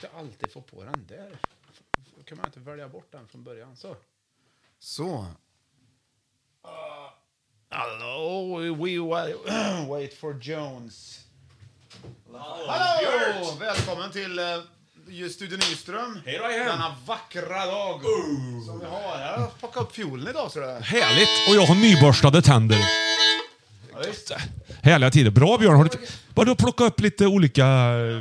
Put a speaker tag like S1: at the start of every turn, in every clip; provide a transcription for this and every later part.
S1: inte alltid få på den där. Då kan man inte välja bort den från början. Så.
S2: Så. Ah,
S1: Hello, we wait, wait for Jones.
S2: Hallå! Välkommen till eh, ju- Studio Nyström.
S1: Hej då igen. Uh.
S2: Denna vackra dag som vi har. Jag har plockat upp fiolen idag så det.
S3: Härligt! Och jag har nyborstade tänder. Härliga tider. Bra Björn. Har du, vadå plocka upp lite olika...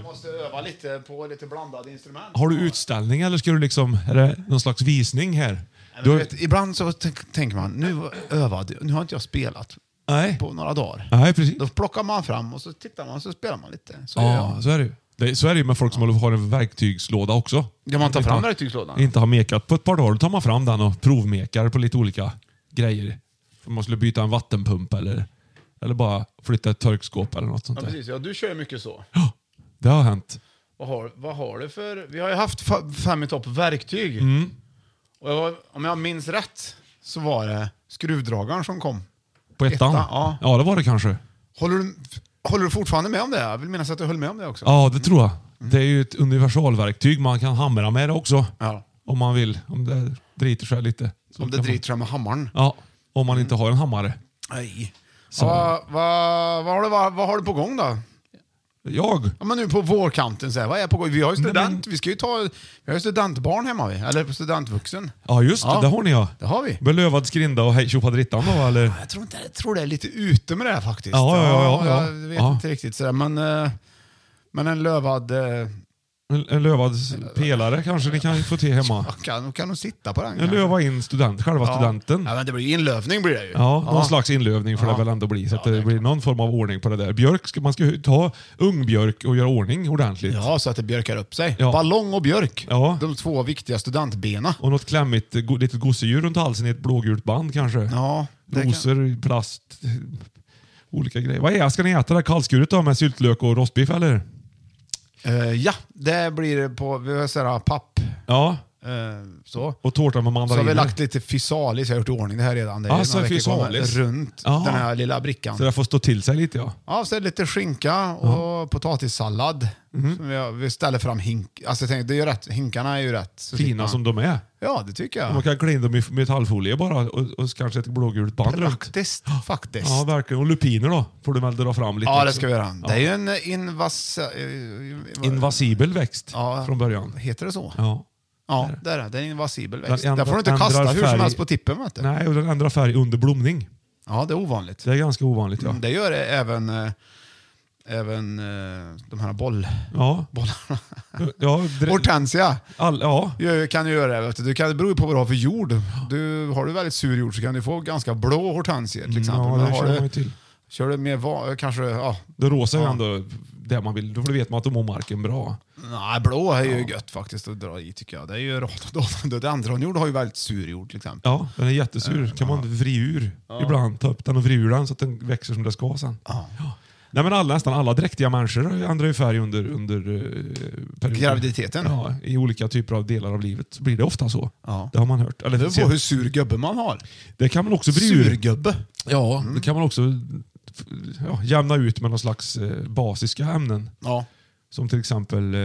S2: Måste öva lite på lite blandade instrument.
S3: Har du utställning eller ska du liksom... Är det någon slags visning här? Du,
S2: Du
S3: har-
S2: vet, ibland så tänk, tänker man, nu övad, nu har inte jag spelat
S3: nej.
S2: på några dagar.
S3: Nej, precis.
S2: Då plockar man fram och så tittar man och så spelar man lite. Så gör
S3: Ja,
S2: jag.
S3: så är det ju. Det, så är det ju med folk som har en verktygslåda också.
S2: Ja, man tar fram
S3: Inte-
S2: verktygslådan.
S3: Inte har mekat på ett par dagar. Då tar man fram den och provmekar på lite olika grejer. Om man skulle byta en vattenpump eller, eller bara flytta ett torkskåp eller något sånt
S2: Ja,
S3: där.
S2: precis. Ja, du kör ju mycket så.
S3: Det har hänt.
S2: Vad har, vad har du för... Vi har ju haft fa- fem i topp verktyg.
S3: Mm.
S2: Och jag, om jag minns rätt så var det skruvdragaren som kom.
S3: På ettan?
S2: Ettan, ja.
S3: ja, det var det kanske.
S2: Håller du, håller du fortfarande med om det? Jag vill minnas att du höll med om det också.
S3: Ja, det tror jag.
S2: Mm.
S3: Det är ju ett universalverktyg. Man kan hamra med det också.
S2: Ja.
S3: Om man vill. Om det driter sig lite. Så
S2: Om det
S3: kan man-
S2: driter Mm. sig med hammaren.
S3: Ja, om man inte har en hammare.
S2: Nej.
S3: Så-
S2: Vad vad- vad har, du- vad- vad har du på gång då?
S3: Jag?
S2: Ja, men nu på vårkanten, så här, vad är på gång? Vi har ju
S3: Nej,
S2: student,
S3: men-
S2: vi ska ju ta, vi har ju studentbarn hemma, vi. eller studentvuxen.
S3: Ja, just det.
S2: Ja.
S3: Det har ni ja.
S2: Det har vi.
S3: Belövad skrinda och hej tjofaderittan då, eller?
S2: Jag tror, inte, jag tror det är lite ute med det här faktiskt.
S3: Ja, ja, ja, ja,
S2: Jag vet
S3: ja.
S2: inte riktigt sådär, men, eh, men en lövad... eh,
S3: En, en lövad pelare kanske ni kan få till hemma.
S2: Äh, ja, Kan, kan nog sitta på den.
S3: En
S2: kanske.
S3: löva in student, själva studenten.
S2: Ja, men det blir ju inlövning blir det ju.
S3: Ja, någon slags inlövning får det väl ändå bli. Så att det blir någon form av ordning på det där. Björk, ska, man ska ju ta ung björk och göra ordning ordentligt.
S2: Ja, så att det björkar upp sig.
S3: Ja.
S2: Ballong och björk,
S3: Ja.
S2: de två viktiga studentbena.
S3: Och något klämmigt eh, go- litet gosedjur runt halsen i ett blågult band kanske.
S2: Ja, det kan-
S3: Rosor, plast, olika grejer. Vad är, ska ni äta det här kallskuret då med syltlök och rostbiff eller?
S2: Eh, ja, det blir på vi har sådär, papp.
S3: Ja,
S2: eh, så.
S3: och tårta med
S2: Så har
S3: mandariner.
S2: vi lagt lite physalis, jag har gjort i ordning det här redan. Det är
S3: Ah,
S2: ju
S3: så
S2: några veckor kvar, men
S3: physalis.
S2: Runt
S3: Ja.
S2: den här lilla brickan.
S3: Så det får stå till sig lite ja.
S2: Ja, så är det lite skinka och potatissallad.
S3: Mhm.
S2: Som vi, har- vi ställer fram hink. Alltså, jag tänkte, det är ju rätt, hinkarna är ju rätt. så slipper
S3: Fina
S2: man-
S3: som de är.
S2: Ja, det tycker
S3: Man
S2: jag.
S3: kan klä in dem i f- metallfolie bara och, och kanske ett blågult band runt.
S2: Faktiskt, faktiskt.
S3: Ja,
S2: Ja,
S3: verkligen. Och lupiner då får du väl dra fram lite.
S2: det
S3: också.
S2: ska vi göra.
S3: Ja.
S2: Det är ju en invas... eh,
S3: Invasibel växt
S2: Ja.
S3: från början.
S2: Heter det så?
S3: Ja.
S2: Ja, det är det. Det är en invasibel
S3: Den
S2: växt.
S3: ändra-
S2: Där får du inte
S3: ändrar
S2: kasta hur
S3: färg.
S2: som helst på tippen. Vet du.
S3: Nej, och den ändrar färg under blomning.
S2: Ja, det är ovanligt.
S3: Det är ganska ovanligt ja.
S2: Mm, Det gör det även, eh, även eh, de här boll,
S3: Ja.
S2: bollarna.
S3: Ja, dre-
S2: Hortensia
S3: all, ja.
S2: gör- kan ju göra det. Vet du. Du kan, det beror ju på vad du har för jord. Du, har du väldigt sur jord så kan du få ganska blå hortensier till exempel.
S3: Mm, ja,
S2: Men
S3: det
S2: har
S3: känner man
S2: du,
S3: ju till.
S2: kör du mer va, kanske, ja,
S3: Det rosa är
S2: Ja.
S3: ändå det man vill. Då vet man att då mår marken bra.
S2: nej, blå är ju gött faktiskt att dra i tycker jag. Det är ju rhododendronjord har ju väldigt sur jord till exempel.
S3: Ja, den är jättesur. kan man vri ur ibland. Ta upp den och vri ur den så att den växer som det ska sen. Ja. Nej, men alla, nästan alla dräktiga människor ändrar ju färg under, under eh, perioden.
S2: Graviditeten.
S3: Ja, i olika typer av delar av livet så blir det ofta så.
S2: Ja.
S3: Det har man hört. Eller,
S2: Det beror på hur sur gubbe man har.
S3: det kan man också vri ur. Mm.
S2: Surgubbe.
S3: Ja, det kan man också ja, jämna ut med någon slags eh, basiska ämnen.
S2: Ja.
S3: Som till exempel, eh,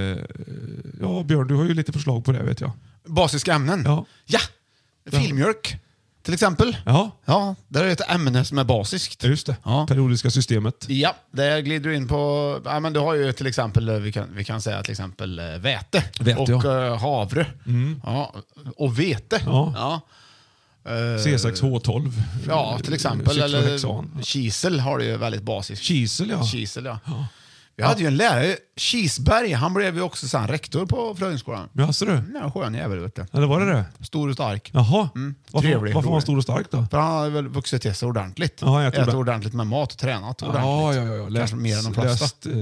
S3: ja Björn du har ju lite förslag på det vet jag.
S2: Basiska ämnen.
S3: Ja.
S2: ja. Filmjölk, till exempel.
S3: Ja,
S2: Ja, där är det ett ämne som är basiskt.
S3: Ja, just det.
S2: Ja.
S3: Periodiska systemet.
S2: Ja, där glider du in på... Ja, men du har ju till exempel, eh, vi kan, vi kan säga till exempel eh, väte,
S3: Väte,
S2: och
S3: ja. Mm.
S2: eh, havre. Ja, och vete.
S3: Ja.
S2: Ja. Eh,
S3: C6H12.
S2: ja, till exempel.
S3: Cyclohexan.
S2: Eller, kisel har du ju väldigt basiskt.
S3: Kisel ja.
S2: Kisel, ja. Vi hade ju en lärare, Kisberg, han blev ju också sen rektor på Frödingsskolan.
S3: Jaså du?
S2: Ja, skön jävel vet du.
S3: Eller var det det?
S2: Stor och stark.
S3: Jaha.
S2: Mm,
S3: Varför,
S2: trevlig
S3: varför var han
S2: rolig.
S3: stor och stark då?
S2: För han har väl vuxit till sig ordentligt.
S3: Ja, han äter
S2: ätit
S3: ordentligt.
S2: ordentligt med mat och tränat ordentligt.
S3: Ja, ja, ja. ja. Läst,
S2: Kanske mer än de flesta.
S3: läst eh,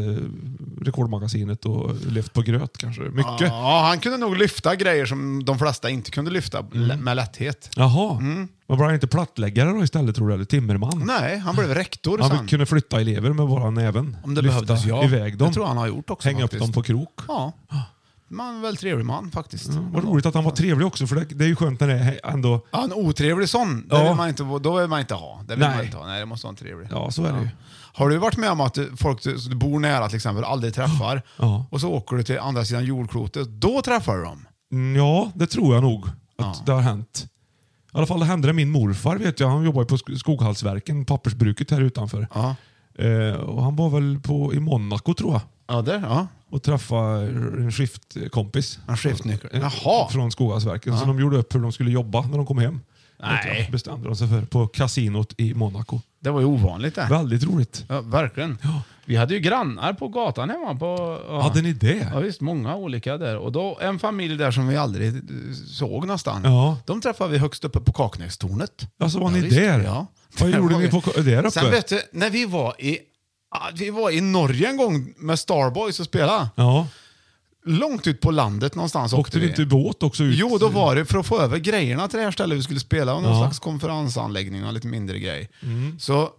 S3: Rekordmagasinet och levt på gröt kanske. Mycket.
S2: Ja, han kunde nog lyfta grejer som de flesta inte kunde lyfta l-
S3: Mm.
S2: med lätthet.
S3: Jaha. Men var han inte plattläggare då istället tror du? Eller timmerman?
S2: Nej, han blev rektor
S3: Han
S2: sen.
S3: kunde flytta elever med bara näven.
S2: Om det
S3: Lyfta
S2: behövdes, ja.
S3: iväg dem.
S2: Det tror jag han har gjort också
S3: Hänga upp
S2: faktiskt.
S3: dem på krok.
S2: Ja. Man är en väldigt trevlig man faktiskt.
S3: Vad roligt att han var trevlig också, för det, det är ju skönt när det är ändå...
S2: Ja, en otrevlig sån,
S3: Ja.
S2: det vill man inte, då vill man inte ha. Det vill
S3: Nej.
S2: Man inte ha. Nej, det måste vara en trevlig.
S3: Ja, så är det ju.
S2: Har du varit med om att du- folk du, så du bor nära till exempel, aldrig träffar,
S3: Ja.
S2: och så åker du till andra sidan jordklotet, då träffar du dem?
S3: Mm, Ja, det tror jag nog att
S2: Ja.
S3: det har hänt. I alla fall det hände det min morfar vet jag. Han jobbar ju på Sk- Skoghallsverken, pappersbruket här utanför.
S2: Ja.
S3: Eh, och han var väl på, i Monaco tror jag
S2: Ja, där, ja.
S3: och träffade en skiftkompis.
S2: En skiftnyckel.
S3: Eh,
S2: Jaha!
S3: Från Skoghallsverken. Så de gjorde upp hur de skulle jobba när de kom hem.
S2: Nej.
S3: Vet jag, Bestämde de sig för på kasinot i Monaco.
S2: Det var ju ovanligt det.
S3: Väldigt roligt.
S2: Ja, verkligen. Vi hade ju grannar på gatan hemma. På, ja.
S3: Hade ni det?
S2: Ja, visst, många olika där. Och då, en familj där som vi aldrig eh, såg någonstans.
S3: Ja.
S2: De träffade vi högst uppe på Kaknästornet.
S3: Alltså var
S2: Ja,
S3: ni
S2: visst.
S3: där?
S2: Ja.
S3: Vad
S2: Där
S3: gjorde
S2: var
S3: ni
S2: vi.
S3: på, där uppe?
S2: Sen vet du, när vi var i, ah, vi var i Norge en gång med Starboys och spelade.
S3: ja.
S2: Långt ut på landet någonstans
S3: Åkte vi inte båt också ut?
S2: Jo, då var det för att få över grejerna till det här stället vi skulle spela, och någon
S3: Ja. Mm.
S2: slags konferensanläggning och lite mindre grej. Så,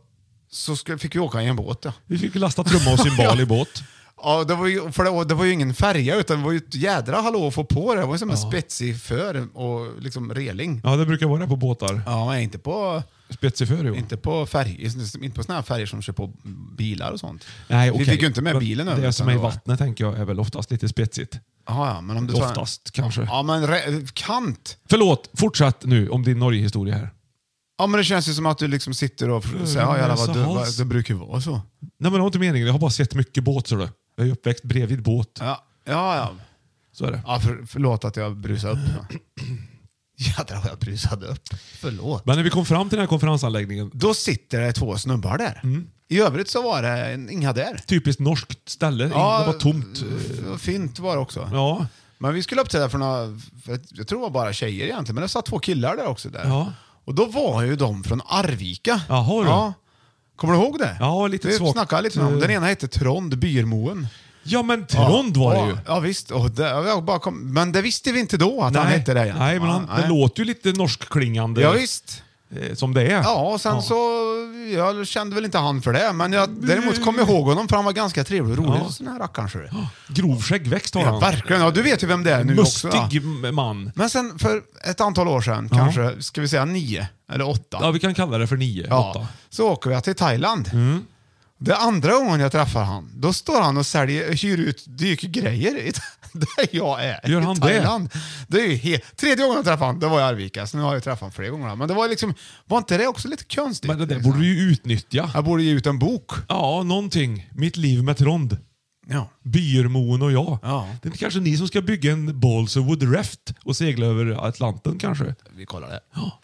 S2: så skulle, fick vi åka i en båt. Ja.
S3: Vi fick lasta trumma och cymbal i båt.
S2: Ja, det var ju, för det, det var ju ingen färja, utan det var ju ett jädra hallå att få på det. Det var ju som en spetsig för och liksom reling.
S3: Ja, det brukar vara det på båtar.
S2: Ja, men inte på,
S3: Spetsig för jo.
S2: inte på färger, inte på såna här färger som kör på bilar och sånt.
S3: Nej,
S2: Vi
S3: okej.
S2: fick ju inte med
S3: Men
S2: bilen över,
S3: Det
S2: utan
S3: som är i
S2: det var-
S3: vattnet tänker jag är väl oftast lite spetsigt.
S2: Ja, ja, men om du tar en-
S3: Oftast kanske.
S2: Ja, men re, kant.
S3: Förlåt, fortsätt nu om din Norgehistoria här.
S2: Ja, men det känns ju som att du liksom sitter och f- säger, ja
S3: Mm,
S2: jävlar vad du, vad, det brukar ju vara så.
S3: Nej men det var inte meningen. Jag har bara sett mycket båt så du. Jag är ju uppväxt bredvid båt.
S2: Ja, ja. ja.
S3: Så är det.
S2: ja för, förlåt att jag brusade upp. Ja. Jädrar vad jag brusade upp. Förlåt.
S3: Men när vi kom fram till den här konferensanläggningen,
S2: Då sitter det två snubbar där.
S3: Mm.
S2: I övrigt så var det en- inga där.
S3: typiskt norskt ställe. det var tomt.
S2: f- Fint var det också.
S3: Ja,
S2: Men vi skulle uppträda för några, för att- jag tror det var bara tjejer egentligen, men det satt två killar där också. Där.
S3: Ja.
S2: Och då var ju de från Arvika.
S3: Jaha, du.
S2: Kommer du ihåg det?
S3: Ja, lite
S2: Vi
S3: svagt,
S2: snackade lite om
S3: eh,
S2: Den ena hette Trond Byrmoen.
S3: ja men Trond var
S2: ja,
S3: det ju.
S2: Ja, visst. Och det, jag bara kom, men det visste vi inte då att han hette det. egentligen.
S3: nej, men han,
S2: Ja,
S3: det låter ju lite norskklingande
S2: Ja, visst.
S3: eh, som det är.
S2: Ja, och sen så... Jag kände väl inte han för det, men jag, däremot kom jag ihåg honom för han var ganska trevlig och rolig.
S3: Ja.
S2: Sån här rackaren, ser du.
S3: Grov skäggväxt har
S2: Ja,
S3: han.
S2: verkligen. Ja, du vet ju vem det är nu också. ja.
S3: Mustig man.
S2: Men sen för ett antal år sedan, kanske, ska vi säga nio eller åtta,
S3: Ja, vi kan kalla det för nio. Åtta. Mm.
S2: Ja, så åker jag till Thailand. Det andra gången jag träffar han, då står han och säljer, hyr ut dykgrejer i, där jag är.
S3: Gör han
S2: i
S3: det?
S2: Thailand. det? är ju helt, tredje gången jag träffar han, det var i Arvika, så nu har jag träffat honom fler gånger. Men det var liksom, var inte det också lite konstigt?
S3: Men det där
S2: liksom?
S3: borde vi ju utnyttja.
S2: Jag borde ge ut en bok.
S3: Ja, någonting. Mitt liv med Trond.
S2: Ja.
S3: Byrmoen och jag.
S2: Ja.
S3: Det är kanske ni som ska bygga en Balswood Raft och segla över Atlanten kanske?
S2: Vi kollar det. Ja.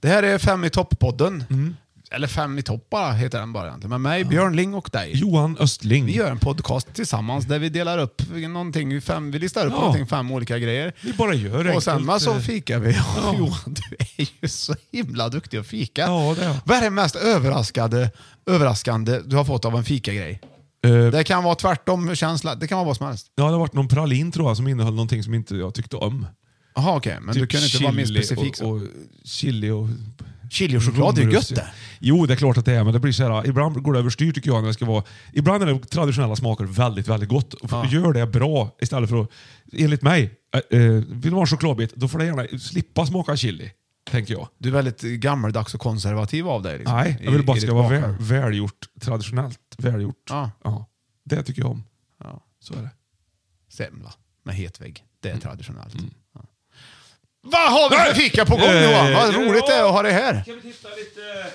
S2: Det här är Fem i topp-podden.
S3: Mm.
S2: Eller Fem i topp bara, heter den bara egentligen. Med mig, Björn Ling och dig.
S3: Johan Östling.
S2: Vi gör en podcast tillsammans där vi delar upp någonting, i fem, vi listar upp
S3: Ja.
S2: någonting, fem olika grejer.
S3: Vi bara gör
S2: Och
S3: enkelt,
S2: sen va, så
S3: eh,
S2: fikar vi. Johan, du är ju så himla duktig att fika.
S3: Ja, det är jag.
S2: Vad är det mest överraskade, överraskande du har fått av en fikagrej?
S3: Eh,
S2: Det kan vara tvärtom känsla, det kan vara vad som helst.
S3: ja, det har varit någon pralin tror jag som innehöll någonting som inte jag tyckte om.
S2: Jaha okej, men du kan inte vara mer
S3: Typ chili
S2: specifik.
S3: Och,
S2: så.
S3: och chili och...
S2: Chili och choklad är ju gött
S3: Romrus,
S2: det.
S3: Jo, det är klart att det är, men det blir så här, ah, ibland går det överstyr tycker jag. När det ska vara, ibland är det traditionella smaker väldigt, väldigt gott. Och Gör det bra istället för att, enligt mig, eh, eh, vill du ha en chokladbit, då får det gärna slippa smaka chili. tänker jag.
S2: Du är väldigt gammaldags och konservativ av dig. Liksom,
S3: Nej,
S2: i-
S3: jag vill bara
S2: i ditt
S3: ska vara väl,
S2: bakvärld.
S3: välgjort, traditionellt välgjort.
S2: Ja.
S3: Det tycker jag om.
S2: Ja.
S3: Så är det.
S2: Semla med hetvägg. Det är
S3: Mm.
S2: traditionellt. Ja. Vad har vi för fika på gång
S3: Eh,
S2: Johan? Vad
S3: ja.
S2: roligt det är att ha det här.
S3: Kan vi titta lite...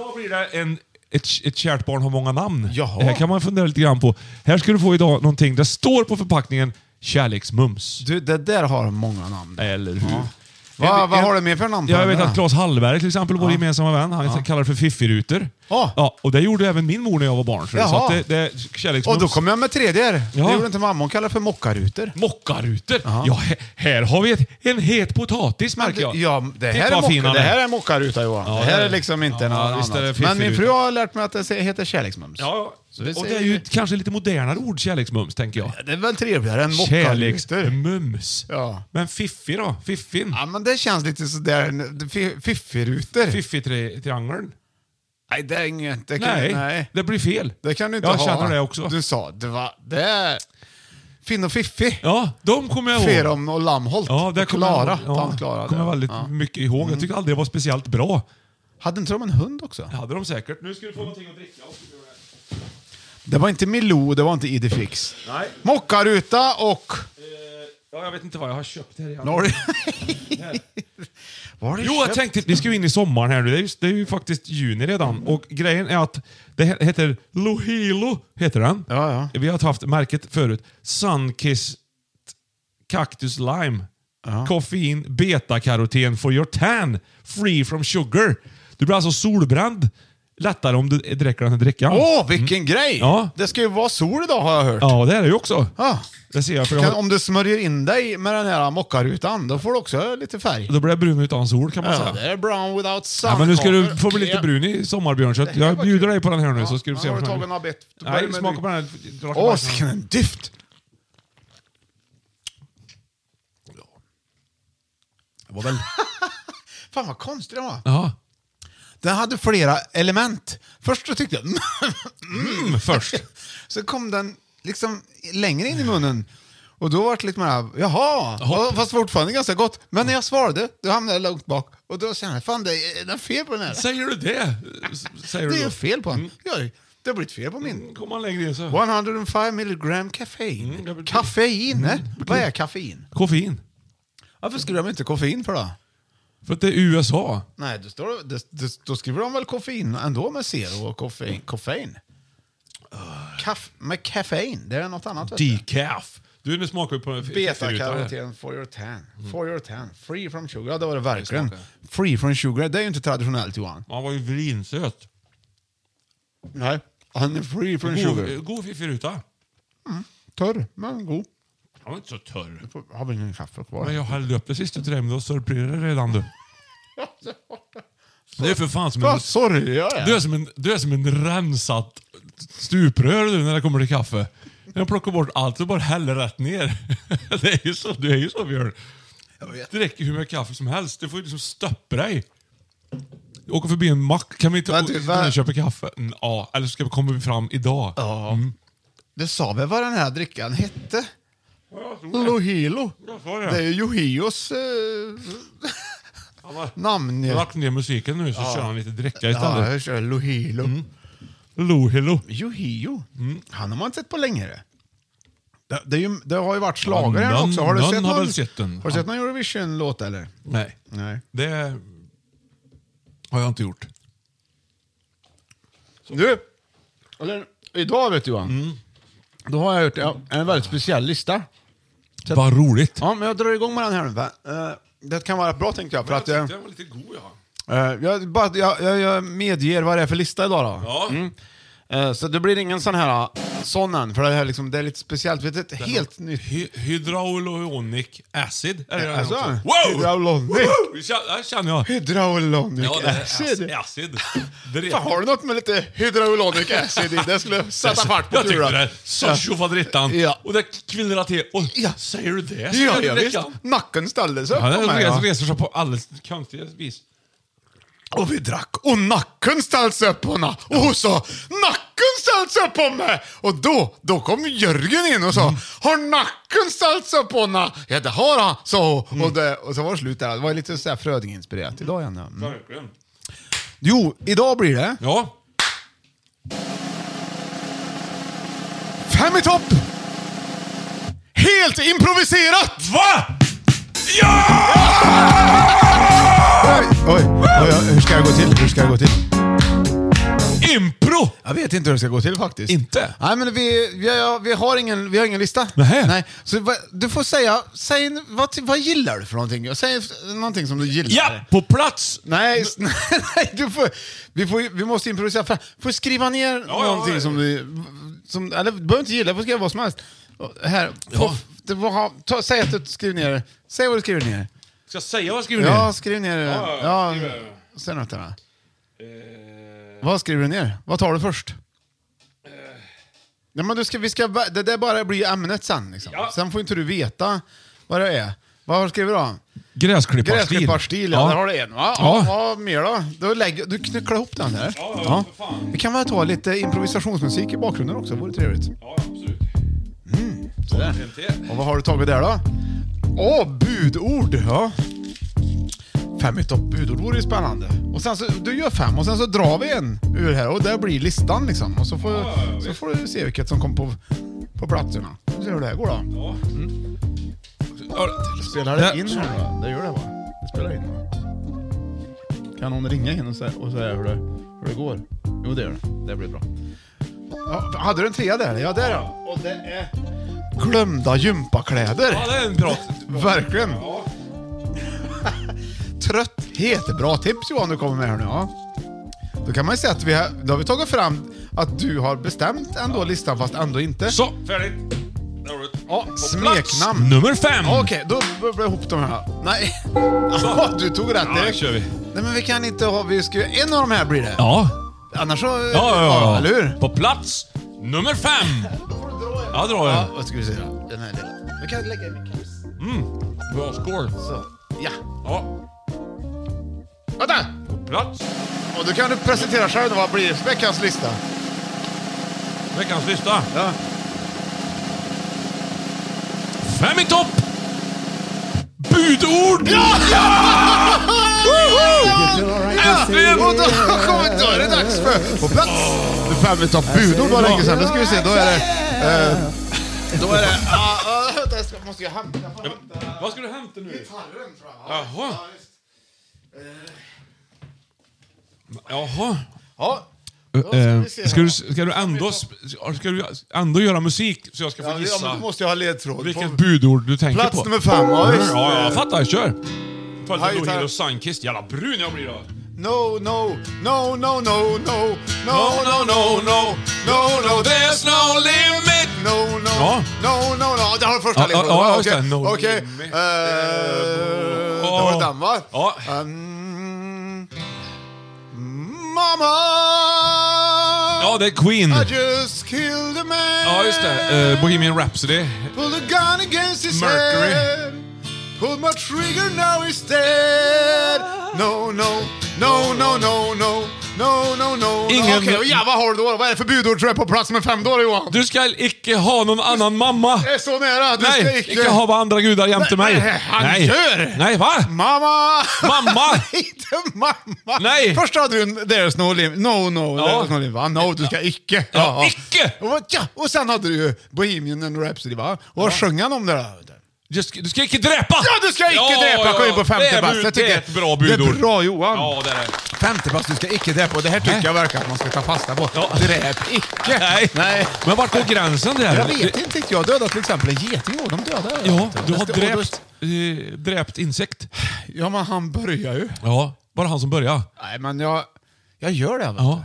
S3: Idag blir det en... Ett, ett kärt barn har många namn.
S2: Jaha.
S3: Det här kan man fundera lite grann på. Här ska du få idag någonting. Det står på förpackningen kärleksmums.
S2: Du, det där har många namn.
S3: Eller hur?
S2: Va, vad har du mer för namn på
S3: Jag
S2: den
S3: vet
S2: där?
S3: att Claes Hallberg till exempel, vår gemensamma vän, han kallar det för fiffirutor.
S2: Ja.
S3: Ja, och det gjorde även min mor när jag var barn. Så, det-
S2: Jaha.
S3: så att det, det är kärleksmums.
S2: Och då kommer jag med tredje.
S3: Ja.
S2: Det gjorde inte mamma. Hon kallar för mockarutor.
S3: Mockarutor! Ja, he- här har vi ett, en het potatis märker jag.
S2: Ja, det,
S3: Titta
S2: här är
S3: vad fin
S2: mocka,
S3: han
S2: det här är mockaruta Johan.
S3: Ja,
S2: det här
S3: det-
S2: är liksom inte
S3: ja,
S2: något
S3: visst är det
S2: annat.
S3: fiffig
S2: Men min fru
S3: ruta.
S2: har lärt mig att det heter kärleksmums.
S3: Ja,
S2: Så vi
S3: och
S2: säger
S3: det är ju
S2: ju-
S3: ett, kanske lite modernare ord, kärleksmums, tänker jag.
S2: Det är väl trevligare än mockarutor?
S3: Kärleksmums.
S2: Ja.
S3: Men fiffi då? Fiffin?
S2: Ja, men det känns lite sådär... fi- Fiffirutor?
S3: Fiffi-triangeln?
S2: Nej, det är inget. Det kan,
S3: Nej,
S2: nej. nej.
S3: det blir fel.
S2: Det kan du inte
S3: jag
S2: ha.
S3: Jag känner det också.
S2: Du sa det var... Det är... Finn och Fiffi.
S3: Ja, de kommer jag ihåg.
S2: Ferom och Lammholt.
S3: Ja, det
S2: och
S3: kommer
S2: Klara.
S3: jag, ja,
S2: Tant Klara.
S3: kommer
S2: där.
S3: jag väldigt
S2: Ja. Mm.
S3: mycket ihåg. Jag tyckte aldrig det var speciellt bra.
S2: Hade inte de en hund också?
S3: Det hade de säkert. Nu ska du få någonting att dricka.
S2: Det var inte Milou, det var inte Idefix.
S3: Nej.
S2: Mockaruta och...
S3: Eh, Ja, jag vet inte vad jag har köpt här.
S2: Vad har du- Vad har du
S3: Jo, jag
S2: köpt?
S3: tänkte, vi ska ju in i sommaren här nu. Det är ju, det är ju faktiskt juni redan. Och grejen är att det he- heter Lohilo, heter den.
S2: Ja, ja.
S3: Vi har haft märket förut. Sunkiss Cactus Lime. Koffein, betakaroten for your tan. Free from sugar. Du blir alltså solbränd lättare om du dricker den här drickan.
S2: Åh, vilken grej!
S3: Mm. Ja.
S2: Det ska ju vara sol idag har jag hört.
S3: Ja, det är det ju också.
S2: Ah.
S3: Det ser jag. För jag
S2: Kan,
S3: har,
S2: om du smörjer in dig med den här mockarutan, då får du också lite färg.
S3: då blir jag brun utan sol kan man
S2: Ja, det
S3: säga.
S2: är brown without sun.
S3: Ja, men nu ska du
S2: Kommer.
S3: få bli lite
S2: Ja.
S3: brun i sommar, Björn. Så att
S2: här
S3: jag
S2: var
S3: bjuder
S2: kul.
S3: dig på den här nu så
S2: Ja,
S3: ska du
S2: ja,
S3: se.
S2: har
S3: vad
S2: du
S3: som
S2: tagit
S3: händer.
S2: något bett? Börja
S3: Nej,
S2: med
S3: smaka
S2: dryck.
S3: på den här. raka
S2: Åh,
S3: bärsen.
S2: vilken dyft!
S3: Det var väl-
S2: Fan vad konstig den var.
S3: Ja.
S2: Den hade flera element. Först så tyckte jag...
S3: Mm, först.
S2: så kom den liksom längre in i munnen. Och då var det lite mer, jaha,
S3: Hopp.
S2: fast fortfarande ganska gott. Men när jag svarade, då hamnade jag långt bak. Och då kände jag, fan det är, det är fel på den här.
S3: Säger du det? S- Säger
S2: Det
S3: du
S2: är ju
S3: då?
S2: fel på den. Ja, det har blivit fel på min.
S3: Mm, Kommer man längre in så...
S2: 105 milligram koffein.
S3: Mm, det betyder-
S2: Koffein? Vad är koffein?
S3: Koffein.
S2: Mm. Varför skriver de inte koffein för då?
S3: För att det är USA.
S2: Nej, då, står, det, det, då skriver de väl koffein ändå med zero och koffein. koffein. Kaff, med kaffein, det är något annat. vet du.
S3: Decaf. Du, nu smakar vi på en f- fiffig ruta här.
S2: Beta-karoten for your tan. For your tan. Free from sugar. Ja, det var Mm. det verkligen. Free from sugar. Det är ju inte traditionellt Johan.
S3: Man var ju vrinsöt.
S2: Nej. Han är free from sugar.
S3: God, eh, god fiffig ruta.
S2: Törr, men god.
S3: Den var inte så törr.
S2: Får- Har vi ingen kaffe
S3: Men
S2: kvar?
S3: jag hällde upp det sista till dig, men du har sörplerat redan du. Det är för fan som en...
S2: Vad sorry jag
S3: Du är
S2: är.
S3: som en, du är som en rensat stuprör du när det kommer till kaffe. Jag plockar bort allt och bara häller rätt ner. Det är ju så, du är ju så Björn. Det räcker hur mycket kaffe som helst. Du får ju liksom stöppa dig. Du åker förbi en mack. Kan vi inte
S2: Men du, va-
S3: och köpa kaffe? Mm, ja, eller så ska vi komma vi fram idag.
S2: Ja. Det sa väl vad den här drickan hette? Lohilo.
S3: Jag sa
S2: Det är ju Johios eh, namn.
S3: Jag har
S2: Ja,
S3: lagt ner musiken nu så kör han lite dricka istället.
S2: jag kör Lohilo.
S3: Mm. Lohilo.
S2: Yohio.
S3: Mm.
S2: Han har man inte sett på längre. Det, det, är ju, det har ju varit slagare
S3: Ja, någon-
S2: också. Har du
S3: någon
S2: sett
S3: har
S2: någon,
S3: väl sett den.
S2: Har du sett
S3: Ja.
S2: någon Eurovision-låt eller?
S3: Nej,
S2: Nej.
S3: det har jag inte gjort.
S2: Du, eller, idag vet du Johan,
S3: Mm.
S2: då har jag gjort ja, en väldigt speciell lista.
S3: Vad roligt.
S2: Ja, men jag drar igång med den här nu. va? Eh, Det kan vara bra tänkte jag. För att, eh,
S3: var lite god ja.
S2: Eh, jag, bara, jag, jag, jag medger vad det är för lista idag då.
S3: Ja.
S2: Mm. Eh, så det blir ingen sån här eh, sån än, för det, här liksom, det är lite speciellt. Vet du, ett helt nytt...
S3: Hy- Hydraulonic acid. Är det
S2: Alltså,
S3: den också? Wow!
S2: hydraulonic.
S3: Wow! Det kän- Det känner jag.
S2: Hydraulonic
S3: Ja, det är acid.
S2: acid.
S3: acid. Det är-
S2: Fan, har du något med lite hydraulonic acid i? Det skulle sätta fart på
S3: Jag tyckte
S2: turen.
S3: det. Så tjofaderittan.
S2: Ja.
S3: Och det kvirrar till. Och, ja. Säger du det? Säger
S2: Ja,
S3: du
S2: ja,
S3: det
S2: visst.
S3: kan?
S2: Nacken ställde sig upp
S3: Han
S2: på mig.
S3: res-
S2: va?
S3: reser sig på alldeles konstiga vis.
S2: Och vi drack och nacken ställs upp på henne. Och hon sa nacken ställs upp på mig. Och då, då kom Jörgen in och sa har nacken ställts upp på henne? Ja det har han, sa hon. Och, det, och så var det slut där. Det var lite så här Fröding-inspirerat idag igen. ja. Mm.
S3: Verkligen.
S2: Jo, idag blir det
S3: Ja.
S2: Fem i topp! Helt improviserat!
S3: Va? Ja!
S2: Oj, oj, oj, oj, hur ska jag gå till? Hur ska jag gå till?
S3: Impro!
S2: Jag vet inte hur det ska gå till faktiskt.
S3: Inte?
S2: Nej, men vi, vi, har- vi, har, ingen, vi har ingen lista.
S3: Nähä.
S2: Nej. Så vad- du får säga, säg, en- vad, vad gillar du för någonting? Och Säg någonting som du gillar.
S3: Ja, på plats!
S2: Nej, s- nej du får, vi, får, ju- vi måste improvisera fram. får skriva ner
S3: ja,
S2: någonting
S3: ja.
S2: som du... Som, eller du behöver inte gilla, du får skriva vad som helst. Och Här,
S3: Ja.
S2: det var, ha- ta, säg att du skriver ner Säg vad du skriver ner.
S3: Ska jag säga vad jag skriver
S2: Ja,
S3: ner?
S2: skriv ner...
S3: Ja,
S2: Ja,
S3: ja, skriv det.
S2: säg något där.
S3: Eh,
S2: Vad skriver du ner? Vad tar du först? Nej, men du ska, vi ska, ba- det där bara blir ämnet sen. Liksom.
S3: Ja.
S2: Sen får inte du veta vad det är. Vad skriver du då?
S3: Gräsklipparstil.
S2: Gräsklipparstil, ja. Där har du en va?
S3: Ja.
S2: Ja. Ja, mer då? då lägger, du knycklar ihop den där.
S3: Ja, ja, för fan.
S2: Vi kan väl ta lite improvisationsmusik i bakgrunden också, vore trevligt.
S3: Ja, absolut.
S2: Mm, Sådär.
S3: En till.
S2: Och vad har du tagit där då? Åh, budord! Ja. Fem i topp budord vore ju spännande. Och sen så, du gör fem och sen så drar vi en ur här och där blir listan liksom. Och så får, så får du se vilket som kom på, på platserna. Vi får se hur det här går då.
S3: Ja.
S2: Mm. Spelar
S3: Ja.
S2: det in här då? Det gör det va? Det spelar in va? Kan någon ringa in och säga, och säga hur, det, hur det går? Jo det gör det. Det blir bra. Ja, hade du en trea där? Ja, där ja. Och det är... Glömda gympakläder.
S3: Ja, det är en bra...
S2: Verkligen. Trötthet. Bra tips Johan du kommer med här nu. Ja. Då kan man ju säga att vi har, då har vi tagit fram att du har bestämt ändå listan fast ändå inte.
S3: Så, färdigt. Där har du det.
S2: Ja,
S3: På plats
S2: smeknamn.
S3: Nummer fem.
S2: Okej, då bubblar jag ihop de här. Nej. Ja, du tog rätt
S3: Ja, då
S2: direkt.
S3: kör vi.
S2: Nej men vi kan inte ha... Vi ska, en av de här blir det.
S3: Ja.
S2: Annars så...
S3: Ja, ja, ja.
S2: Eller hur?
S3: På plats nummer fem. Ja, dra
S2: Ja,
S3: en.
S2: vad ska vi säga? Den här lilla. Vi kan lägga i micken.
S3: Mm. Bra skål.
S2: Så. Ja.
S3: Ja,
S2: Vänta!
S3: på plats.
S2: Och då kan du presentera själv då, vad blir veckans lista?
S3: Veckans lista.
S2: Ja.
S3: Fem i topp! Budord! Äntligen!
S2: Och då kommer då är det dags för På plats! Det fem utav budord var länge sedan. Nu ska vi se, då är det... Eh, då är det... ah, ah, Vänta, jag ska- måste ju hämta... Jag får hämta
S3: Vad ska du hämta nu?
S2: gitarren tror jag. Ja,
S3: Jaha.
S2: ja, visst.
S3: Jaha.
S2: Ja.
S3: Eh,
S2: vi se
S3: Ska du,
S2: här.
S3: ska, du ändå, sp- ska du ändå göra musik så jag ska
S2: Ja,
S3: få
S2: ja, men du
S3: gissa
S2: måste ju ha ledtråd.
S3: vilket
S2: På-
S3: budord du tänker
S2: Plats
S3: på?
S2: nummer fem, ja visst.
S3: Ja, jag fattar. Kör!
S2: Hej,
S3: Följt av
S2: tack.
S3: Hero Sunkist. Jävla brun jag blir då.
S2: No, no, no, no, no, no, no, no,
S3: no, no.
S2: no, no,
S3: There's no limit!
S2: No, no,
S3: Ja.
S2: no, no, no. Det har du första
S3: Ja, ja,
S2: ledtråden.
S3: ja, just
S2: Okej,
S3: det. No
S2: okej.
S3: limit.
S2: Eh, Det var den va?
S3: Ja.
S2: Um, Mamma!
S3: Ja, det är Queen.
S2: I just killed a man.
S3: Ja, just det. Eh, Bohemian Rhapsody.
S2: Pull the gun against his
S3: Mercury.
S2: head. Pull my trigger, now he's dead. No, no, no, no, no, no. No, no, no,
S3: Ingen-
S2: no. Okej, ja, vad har du då? Vad är det för budord tror jag på plats med fem då Johan?
S3: Du ska icke ha någon annan mamma.
S2: Det är så nära. Du ska
S3: Nej,
S2: icke...
S3: icke ha andra gudar jämte
S2: Nej,
S3: mig.
S2: nej, han
S3: Nej.
S2: gör.
S3: Nej, va?
S2: Mamma!
S3: Mamma!
S2: Inte mamma!
S3: Nej.
S2: Först hade du en there's no limit. No, no,
S3: Ja.
S2: there's no limit. Va? No, du ska icke.
S3: icke.
S2: Och, vad- ja. och sen hade du ju Bohemian and Rhapsody va? Och vad sjöng han om det då?
S3: Du ska, du ska icke dräpa!
S2: Ja, du ska icke dräpa! Kom in på femte
S3: Det är
S2: bast.
S3: bu-
S2: Jag
S3: Det
S2: tycker-
S3: är ett bra budord.
S2: Det är bra Johan.
S3: Ja, det är det.
S2: Femte bast, du ska icke dräpa. Och det här tycker
S3: Nej.
S2: jag verkar att man ska ta fasta på.
S3: Ja.
S2: Dräp icke.
S3: Nej.
S2: Nej.
S3: Men vart går gränsen där?
S2: Jag vet inte. Jag dödade till exempel en geting. och De dödar.
S3: Ja, du har
S2: Och då-
S3: dräpt, eh, dräpt insekt.
S2: Ja, men han börjar ju.
S3: Ja, bara han som börjar.
S2: Nej, men jag, jag gör det. Vet
S3: Ja.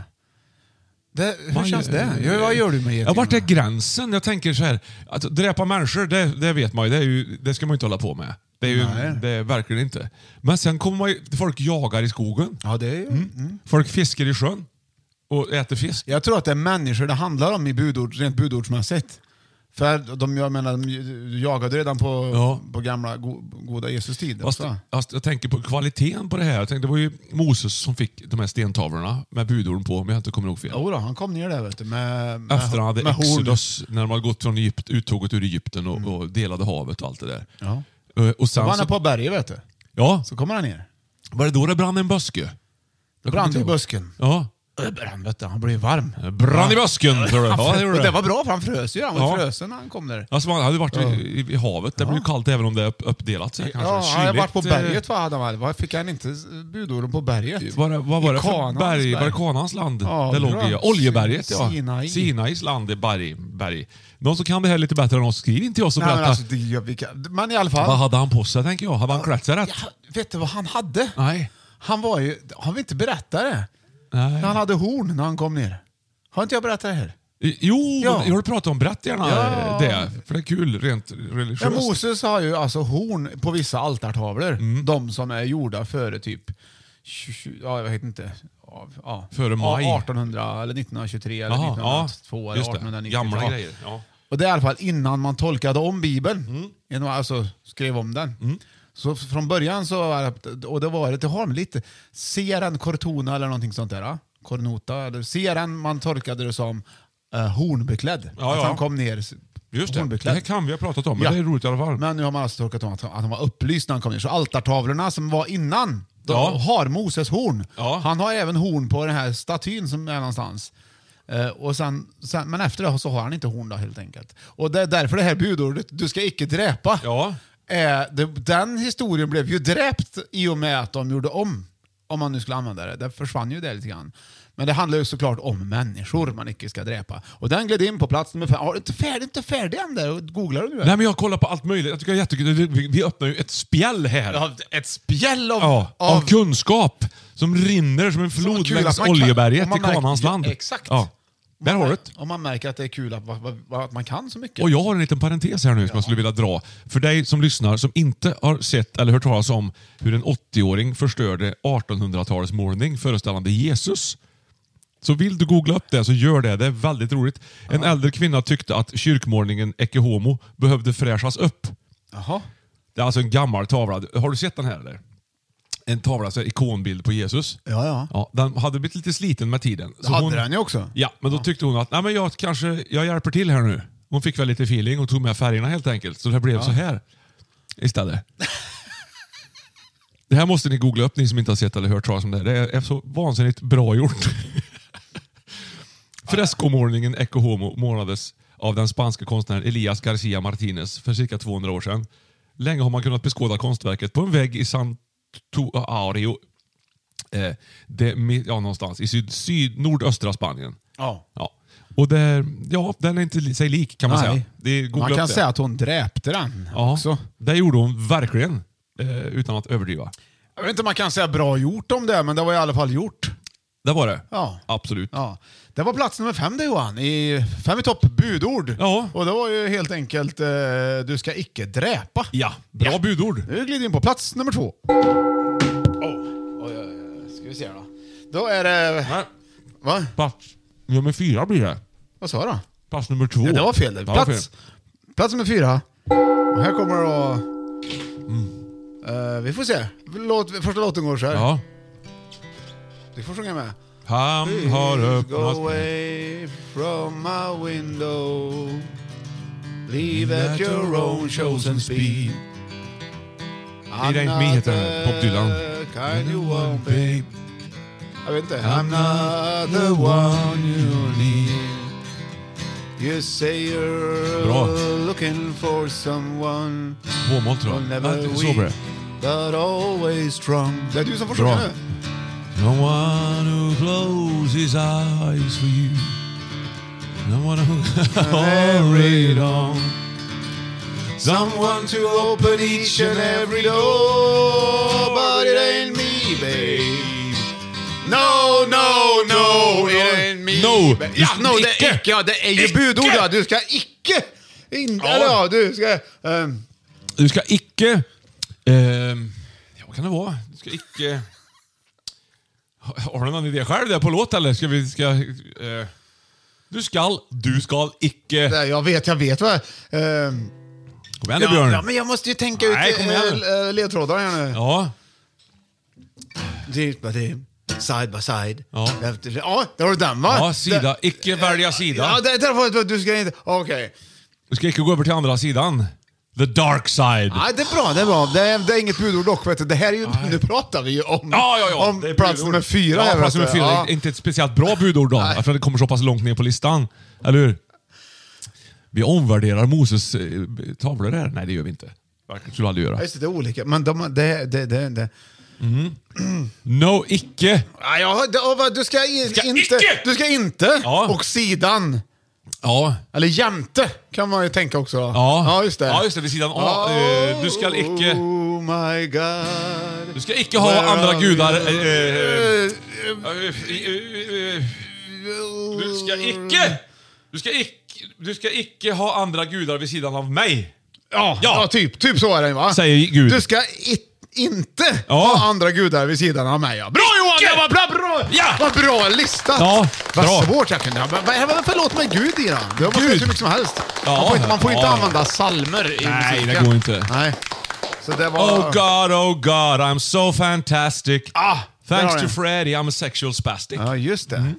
S2: du. det hur
S3: Man
S2: känns
S3: gör-
S2: det? Ja, vad gör du med
S3: Ja,
S2: getingarna?
S3: vart är gränsen? Jag tänker så här, att dräpa människor, det, det vet man ju, det, är ju. det ska man ju inte hålla på med. Det är ju
S2: Nej.
S3: det är verkligen inte. Men sen kommer man ju, folk jagar i skogen.
S2: Ja, det är ju...
S3: Folk fiskar i sjön och äter fisk.
S2: Jag tror att det är människor det handlar om i budord, rent budordsmässigt. För de, jag menar, de jagade redan på,
S3: Ja.
S2: på gamla go, goda Jesus tid.
S3: Fast,
S2: också.
S3: fast jag tänker på kvaliteten på det här. Jag tänkte, det var ju Moses som fick de här stentavlorna med budorden på, om jag inte kommer ihåg fel.
S2: Jo då, han kom ner där vet du, med, med,
S3: Efter han hade
S2: med horn. Mm.
S3: Exodus, när de hade gått från Egypt, uttåget ur Egypten och, och delade havet och allt det där.
S2: Ja.
S3: Eh, Och sen
S2: Då var
S3: så,
S2: han på berget vet du.
S3: ja,
S2: Så kommer han ner.
S3: var det då det brann en buske?
S2: Då brann det i busken.
S3: Ja.
S2: Ö, brann vet du, han blev varm.
S3: Brann i busken, tror du.
S2: Han frö-
S3: Ja, det gjorde
S2: och
S3: det.
S2: det var bra för han frös ju. Han var
S3: Ja.
S2: frusen när han kom där.
S3: Alltså man hade varit i, i, i havet. Det blir ju kallt även om det är upp, uppdelat. Så här, kanske.
S2: Ja, han hade varit på
S3: Kyligt, eh,
S2: berget va, hade han. Var- Fick han inte budorden på berget?
S3: Var det, vad var
S2: I
S3: det för
S2: Kanaans
S3: berg?
S2: berg.
S3: Var det Kanans land?
S2: Ja,
S3: det
S2: bra.
S3: låg i, Oljeberget ja.
S2: Sinai.
S3: Sinais land är berg, berg. Någon som kan det här lite bättre än oss, skriv inte till oss och
S2: Nej, men,
S3: berätta.
S2: alltså, det, gör vi kan- men i alla fall.
S3: vad hade han på sig tänker jag? Hade han klätt sig rätt?
S2: Ja, vet du vad han hade?
S3: Nej.
S2: Han var ju... Har vi inte berättat det?
S3: Nej.
S2: När han hade horn när han kom ner. Har inte jag berättat det här?
S3: Jo,
S2: Ja.
S3: jag har pratat om berätta gärna
S2: Ja.
S3: det. För det är kul rent
S2: Ja,
S3: religiöst.
S2: Moses har ju alltså horn på vissa altartavlor.
S3: Mm.
S2: De som är gjorda före typ... 20, ja, jag vet inte. Ja, ja.
S3: Före maj.
S2: Ja, 1800 eller 1923 eller
S3: Jaha,
S2: 1902 eller
S3: just det.
S2: 1890.
S3: Gamla
S2: ja.
S3: grejer. Ja.
S2: Och det är i alla fall innan man tolkade om Bibeln. Genom, alltså skrev om den.
S3: Mm.
S2: Så f- från början så var det, och det var det, det har med lite, seren cortona eller någonting sånt där. ja. Cornota, eller seren man tolkade det som eh, hornbeklädd.
S3: Ja,
S2: att
S3: ja.
S2: han kom ner s-
S3: Just det. Det
S2: hornbeklädd.
S3: här kan vi ha pratat om, men
S2: Ja.
S3: det är roligt i alla fall.
S2: Men nu har man alltså tolkat om att, att han var upplyst när han kom ner. Så altartavlorna som var innan, de
S3: Ja.
S2: har Moses horn.
S3: Ja.
S2: Han har även horn på den här statyn som är någonstans. Eh, och sen, sen, men efter det så har han inte horn då helt enkelt. Och det är därför det här budordet, du ska icke dräpa.
S3: Ja.
S2: Eh, det, den historien blev ju dräpt i och med att de gjorde om. Om man nu skulle använda det. Det försvann ju det lite grann. Men det handlar ju såklart om människor man icke ska dräpa. Och den gled in på plats nummer fem. Har du inte färdig, inte färdig än där? Googlar du nu? eller?
S3: Nej, men jag kollar på allt möjligt. Jag tycker det är jättekul. Vi- Vi öppnar ju ett spjäll här.
S2: av ett spjäll av...
S3: Ja, av,
S2: av-
S3: kunskap som rinner som en
S2: Så
S3: flod
S2: kul
S3: längs
S2: att man kan-
S3: oljeberget
S2: om man
S3: i Kanans
S2: märker-
S3: land.
S2: Exakt.
S3: Ja. Där har du det.
S2: Om man märker att det är kul att, att, att man kan så mycket.
S3: Och jag har en liten parentes här nu som jag skulle vilja dra. För dig som lyssnar som inte har sett eller hört talas om hur en 80-åring förstörde 1800-talets målning föreställande Jesus. Så vill du googla upp det så gör det. Det är väldigt roligt. En äldre kvinna tyckte att kyrkmålningen Ecce Homo behövde fräschas upp.
S2: Jaha.
S3: Det är alltså en gammal tavla. Har du sett den här eller? En tavla, alltså ikonbild på Jesus.
S2: Ja, ja.
S3: Ja, den hade blivit lite sliten med tiden. Så
S2: hade den ju också.
S3: Ja, men då tyckte hon att Nej, men jag kanske jag hjälper till här nu. Hon fick väl lite feeling och tog med färgerna helt enkelt. Så det blev så här istället. det här måste ni googla upp, ni som inte har sett eller hört talas om det. här. Det är så vansinnigt bra gjort. Freskomålningen Ecce Homo målades av den spanske konstnären Elias Garcia Martinez för cirka 200 år sedan. Länge har man kunnat beskåda konstverket på en vägg i Santuario eh, de, Mi- ja, någonstans i syd, syd, nordöstra Spanien.
S2: Ja.
S3: Ja. Och det, ja, den är inte li- sig lik kan man
S2: Nej.
S3: säga. Det är, googla
S2: Man kan
S3: upp det.
S2: säga att hon dräpte den
S3: ja,
S2: också.
S3: Det gjorde hon verkligen. Eh, utan att överdriva.
S2: Jag vet inte om man kan säga bra gjort om det, men det var i alla fall gjort.
S3: Det var det.
S2: Ja.
S3: Absolut.
S2: Ja. Det var plats nummer fem det Johan, i Fem i topp budord.
S3: Ja.
S2: Och det var ju helt enkelt eh, Du ska icke dräpa.
S3: Ja, bra budord.
S2: Nu glider vi in på plats nummer två. Oh. Oj, oj, oj. Ska vi se då. Då är det...
S3: Nej,
S2: Va?
S3: Plats nummer fyra blir det.
S2: Vad sa du?
S3: Plats nummer två.
S2: Ja, det var fel.
S3: Det
S2: där.
S3: var
S2: Plats,
S3: fel.
S2: plats nummer fyra. Och här kommer då... Eh, vi får se. Låt, första låten går så här.
S3: Mm. Ja.
S2: Du får sjunga med.
S3: Han har öppnat...
S2: Go away from my window Leave at your own chosen speed
S3: It ain't me heter den, Bob Dylan.
S2: Kind you want, babe. Jag vet inte.
S3: I'm not the one you need.
S2: You say you're
S3: Bra.
S2: looking for someone
S3: Tvåmål tror
S2: who'll
S3: jag.
S2: never
S3: Nej, Så blir
S2: weak
S3: det.
S2: but always strong Det är du som får
S3: Bra.
S2: sjunga nu.
S3: No one who closes his eyes for you. No one who carried on. Someone to open each and every door. But it ain't me, babe.
S2: No, no, no, it ain't me.
S3: No.
S2: Ja, no, det
S3: Icke.
S2: är icke. Ja, det är ju budord. Ja. Du ska icke. Inte,
S3: Ja.
S2: eller ja, du ska... ehm,
S3: Du ska icke... ehm, ja, vad kan det vara? Du ska icke... Har har du någon idé själv där på låt eller? Ska vi... Ska, eh, Du skall, du skall icke.
S2: Nej, Jag vet, jag vet vad... Eh,
S3: Kom igen nu
S2: ja, ja,
S3: Björn.
S2: men jag måste ju tänka
S3: Nej,
S2: ut
S3: kom igen nu.
S2: eh, ledtrådar här nu.
S3: Ja,
S2: Dit by dit, side by side.
S3: Ja.
S2: Efter- ja där har du den va?
S3: ja sida.
S2: Där-
S3: Icke välja
S2: Ja,
S3: sida.
S2: där, där var, du ska inte... Okej.
S3: Du ska icke gå över till andra sidan. The dark side.
S2: Nej, det är bra, det är bra. Det är, det är inget budord dock. Vet du. Det här är ju, nu pratar vi ju om,
S3: Ja, ja, ja.
S2: om
S3: Det är
S2: plats
S3: budord.
S2: nummer fyra.
S3: Ja,
S2: här,
S3: plats
S2: vet
S3: nummer
S2: du.
S3: fyra.
S2: Ja.
S3: Inte ett speciellt bra budord då, eftersom det kommer så pass långt ner på listan. Eller hur? Vi omvärderar Moses eh, tavlor här. Nej, det gör vi inte. Verkligen skulle vi aldrig göra.
S2: Ja, Just det, det är olika. Men de, det, det, det, det.
S3: No, icke.
S2: Ja, ja, det ja, vad, du ska, i,
S3: Ska
S2: inte...
S3: icke!
S2: Du ska inte!
S3: Ja.
S2: Och sidan.
S3: Ja.
S2: Eller jämte kan man ju tänka också.
S3: Ja.
S2: ja just det.
S3: Ja, just det, vid sidan av.
S2: Ja.
S3: Eh, du ska icke-
S2: Oh my god.
S3: Du ska icke ha
S2: Where
S3: andra
S2: are
S3: gudar.
S2: you?
S3: eh, eh,
S2: Eh,
S3: eh, eh, Du ska icke... Du ska icke, du ska icke ha andra gudar vid sidan av mig.
S2: Ja,
S3: Ja.
S2: ja. typ, typ så är det va?
S3: Säger Gud.
S2: Du ska i, inte
S3: Ja.
S2: ha andra gudar vid sidan av mig. Ja. Bra Johan!
S3: Icke!
S2: Det var bra, bra,
S3: Ja!
S2: Vad bra listat!
S3: Ja,
S2: vad
S3: bra.
S2: svårt jag kunde... Vad, vad, varför låter man Gud i den? Det har man
S3: Gud.
S2: hur mycket som helst.
S3: Ja,
S2: man får inte, man får inte
S3: ja.
S2: använda salmer i
S3: Nej,
S2: musiken.
S3: det går inte.
S2: Nej. Så det var...
S3: Oh God, oh God, I'm so fantastic.
S2: Ah, där har
S3: Thanks
S2: ni
S3: to
S2: den.
S3: Freddy, I'm a sexual spastic.
S2: Ja, just det.
S3: Mm.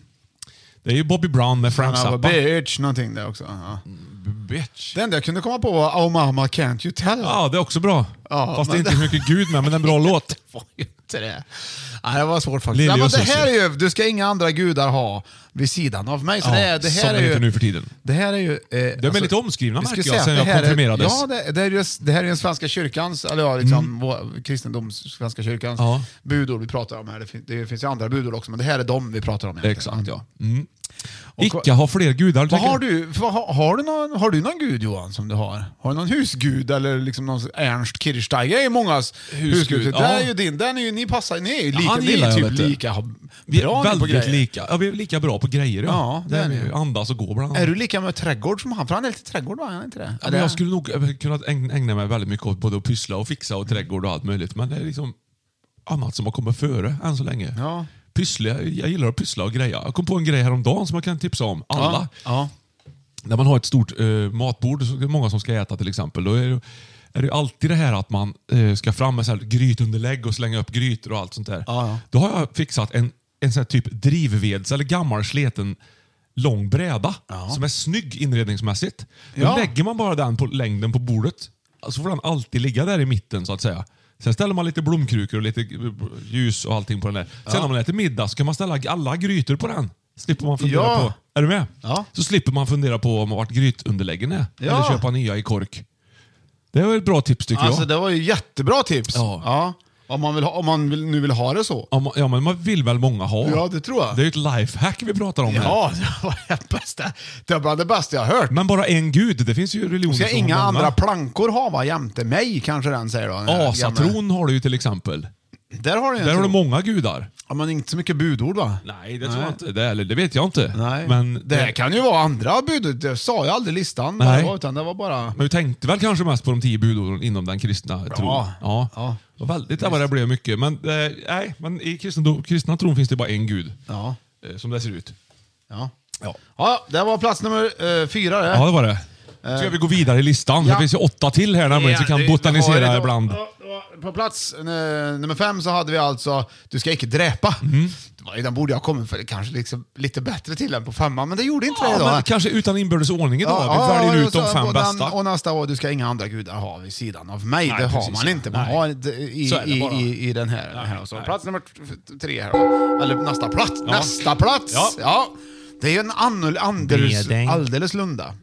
S3: Det är ju Bobby Brown med Frank
S2: Ja,
S3: Zappa.
S2: bitch, någonting där också. Ja.
S3: Bitch.
S2: Det enda jag kunde komma på var Oh mama can't you tell.
S3: Ja, det är också bra.
S2: Ja,
S3: Fast det är
S2: men-
S3: inte så mycket Gud med, men det är en bra låt.
S2: Det var ju inte det. Nej, det var svårt faktiskt.
S3: Lilje
S2: Nej, men
S3: och
S2: det här är
S3: Susie.
S2: ju, du ska inga andra gudar ha vid sidan av mig. Så
S3: Ja,
S2: det, är- det
S3: som
S2: här
S3: det
S2: är ju,
S3: heter nu för tiden.
S2: Det här är ju... Eh, de
S3: är lite omskrivna, märker jag, sen jag
S2: Är,
S3: konfirmerades. Mm.
S2: ja, det, det, är just, det här är den svenska kyrkans, eller ja, liksom, vår, kristendoms, svenska kyrkans
S3: Ja.
S2: budord vi pratar om här. Det, fin, det finns ju andra budord också, men det här är de vi pratar om. egentligen.
S3: Exakt, ja.
S2: Och-
S3: Icke ha fler gudar.
S2: Vad
S3: tycker
S2: har,
S3: jag.
S2: du, vad har, har, du någon, har du någon gud Johan som du har? Har du någon husgud eller liksom någon Ernst Kirchsteiger? Det är mångas husgud.
S3: Husgud,
S2: Så där
S3: ja.
S2: är ju din, den är ju, ni passar, ni är ju lika,
S3: han
S2: ni
S3: gillar
S2: är
S3: jag,
S2: typ
S3: vet du.
S2: lika ha-
S3: Vi
S2: bra
S3: är
S2: ni på
S3: väldigt
S2: grejer.
S3: lika. Ja, vi är lika bra på grejer.
S2: Ja, det
S3: Där
S2: är
S3: vi
S2: vi.
S3: Andas och gå bland annat.
S2: Är du lika med trädgård som han? För han är lite trädgård va? Är han inte det?
S3: Ja, men jag skulle nog eh, kunna ägn- ägna mig väldigt mycket åt både att pyssla och fixa och trädgård och allt möjligt. Men det är liksom annat som har kommit före än så länge.
S2: Ja.
S3: Pyssla, jag jag gillar att pyssla och greja. Jag kom på en grej häromdagen som jag kan tipsa om. Alla.
S2: Ja. ja.
S3: När man har ett stort eh, matbord, så är det många som ska äta till exempel. Då är det, är det alltid det här att man eh, ska fram med så här grytunderlägg och slänga upp grytor och allt sånt där.
S2: Ja, ja.
S3: Då har jag fixat en, en sån här typ drivveds eller gammal sleten lång bräda som är snygg inredningsmässigt. Då
S2: Ja.
S3: lägger man bara den på längden på bordet. Så får den alltid ligga där i mitten så att säga. Sen ställer man lite blomkrukor och lite eh, ljus och allting på den där. Sen när man äter middag så kan man ställa alla grytor på den. Slipper man fundera
S2: Ja.
S3: på är du med?
S2: Ja.
S3: Så slipper man fundera på om vart grytunderläggen är.
S2: Ja.
S3: Eller köpa nya i kork. Det var ett bra tips tycker
S2: Alltså
S3: jag.
S2: det var ju jättebra tips.
S3: Ja.
S2: Om man, vill ha, om man vill, nu vill ha det så.
S3: Ja, man- Ja, men man vill väl många ha?
S2: Ja, det tror jag.
S3: Det är ju ett lifehack vi pratar om här.
S2: Ja, det var det bästa. Det var bland det bästa jag hört.
S3: Men bara en gud, det finns ju religioner
S2: Ska
S3: som
S2: inga
S3: har många.
S2: andra plankor ha va, jämte mig kanske den säger då. den här gamla-
S3: Asatron har du ju till exempel.
S2: Där har du en
S3: Där har du
S2: tro.
S3: många gudar.
S2: Ja, men inte så mycket budord va?
S3: Nej, det tror jag inte. Det, eller, det vet jag inte.
S2: Nej.
S3: Men,
S2: det här kan ju vara andra budord. Det sa jag aldrig i listan. vad
S3: Nej.
S2: det var, Utan det var bara...
S3: men vi tänkte väl kanske mest på de tio budorden inom den kristna tron. Ja.
S2: Ja.
S3: Det var väldigt vad det blev mycket. Men, eh, nej, men i kristendom, kristna tron finns det bara en gud.
S2: Ja.
S3: Eh, som det ser ut.
S2: Ja.
S3: Ja.
S2: ja, det var plats nummer eh, fyra det.
S3: Ja, det var det. Ska vi gå vidare i listan?
S2: Eh, Ja.
S3: Det finns ju åtta till här nämligen, så vi
S2: det-
S3: kan
S2: det var det
S3: botanisera
S2: då.
S3: ibland.
S2: Ja, det var- På plats eh, nummer fem så hade vi alltså Du ska icke dräpa.
S3: Mm.
S2: Det var ju- Den borde jag ha kommit för kanske liksom, lite bättre till än på femman, men det gjorde inte det
S3: Ja,
S2: idag.
S3: men kanske utan inbördes ordning idag.
S2: Ja,
S3: vi
S2: ja,
S3: väljer
S2: ja,
S3: ut de
S2: så-
S3: fem
S2: och den-
S3: bästa.
S2: Och nästa år, du ska inga andra gudar ha vid sidan av mig.
S3: Nej,
S2: det har
S3: precis,
S2: man
S3: ja.
S2: inte. Man
S3: Nej.
S2: har det i,
S3: Så är det
S2: i,
S3: bara.
S2: i, i den här. den här också.
S3: nej.
S2: Plats nummer t- f- tre här då. Eller nästa plats.
S3: Ja.
S2: Nästa plats!
S3: Ja.
S2: Ja. Det är ju en annul, Anders,
S3: Bredäng. Mm.
S2: alldeles lunda.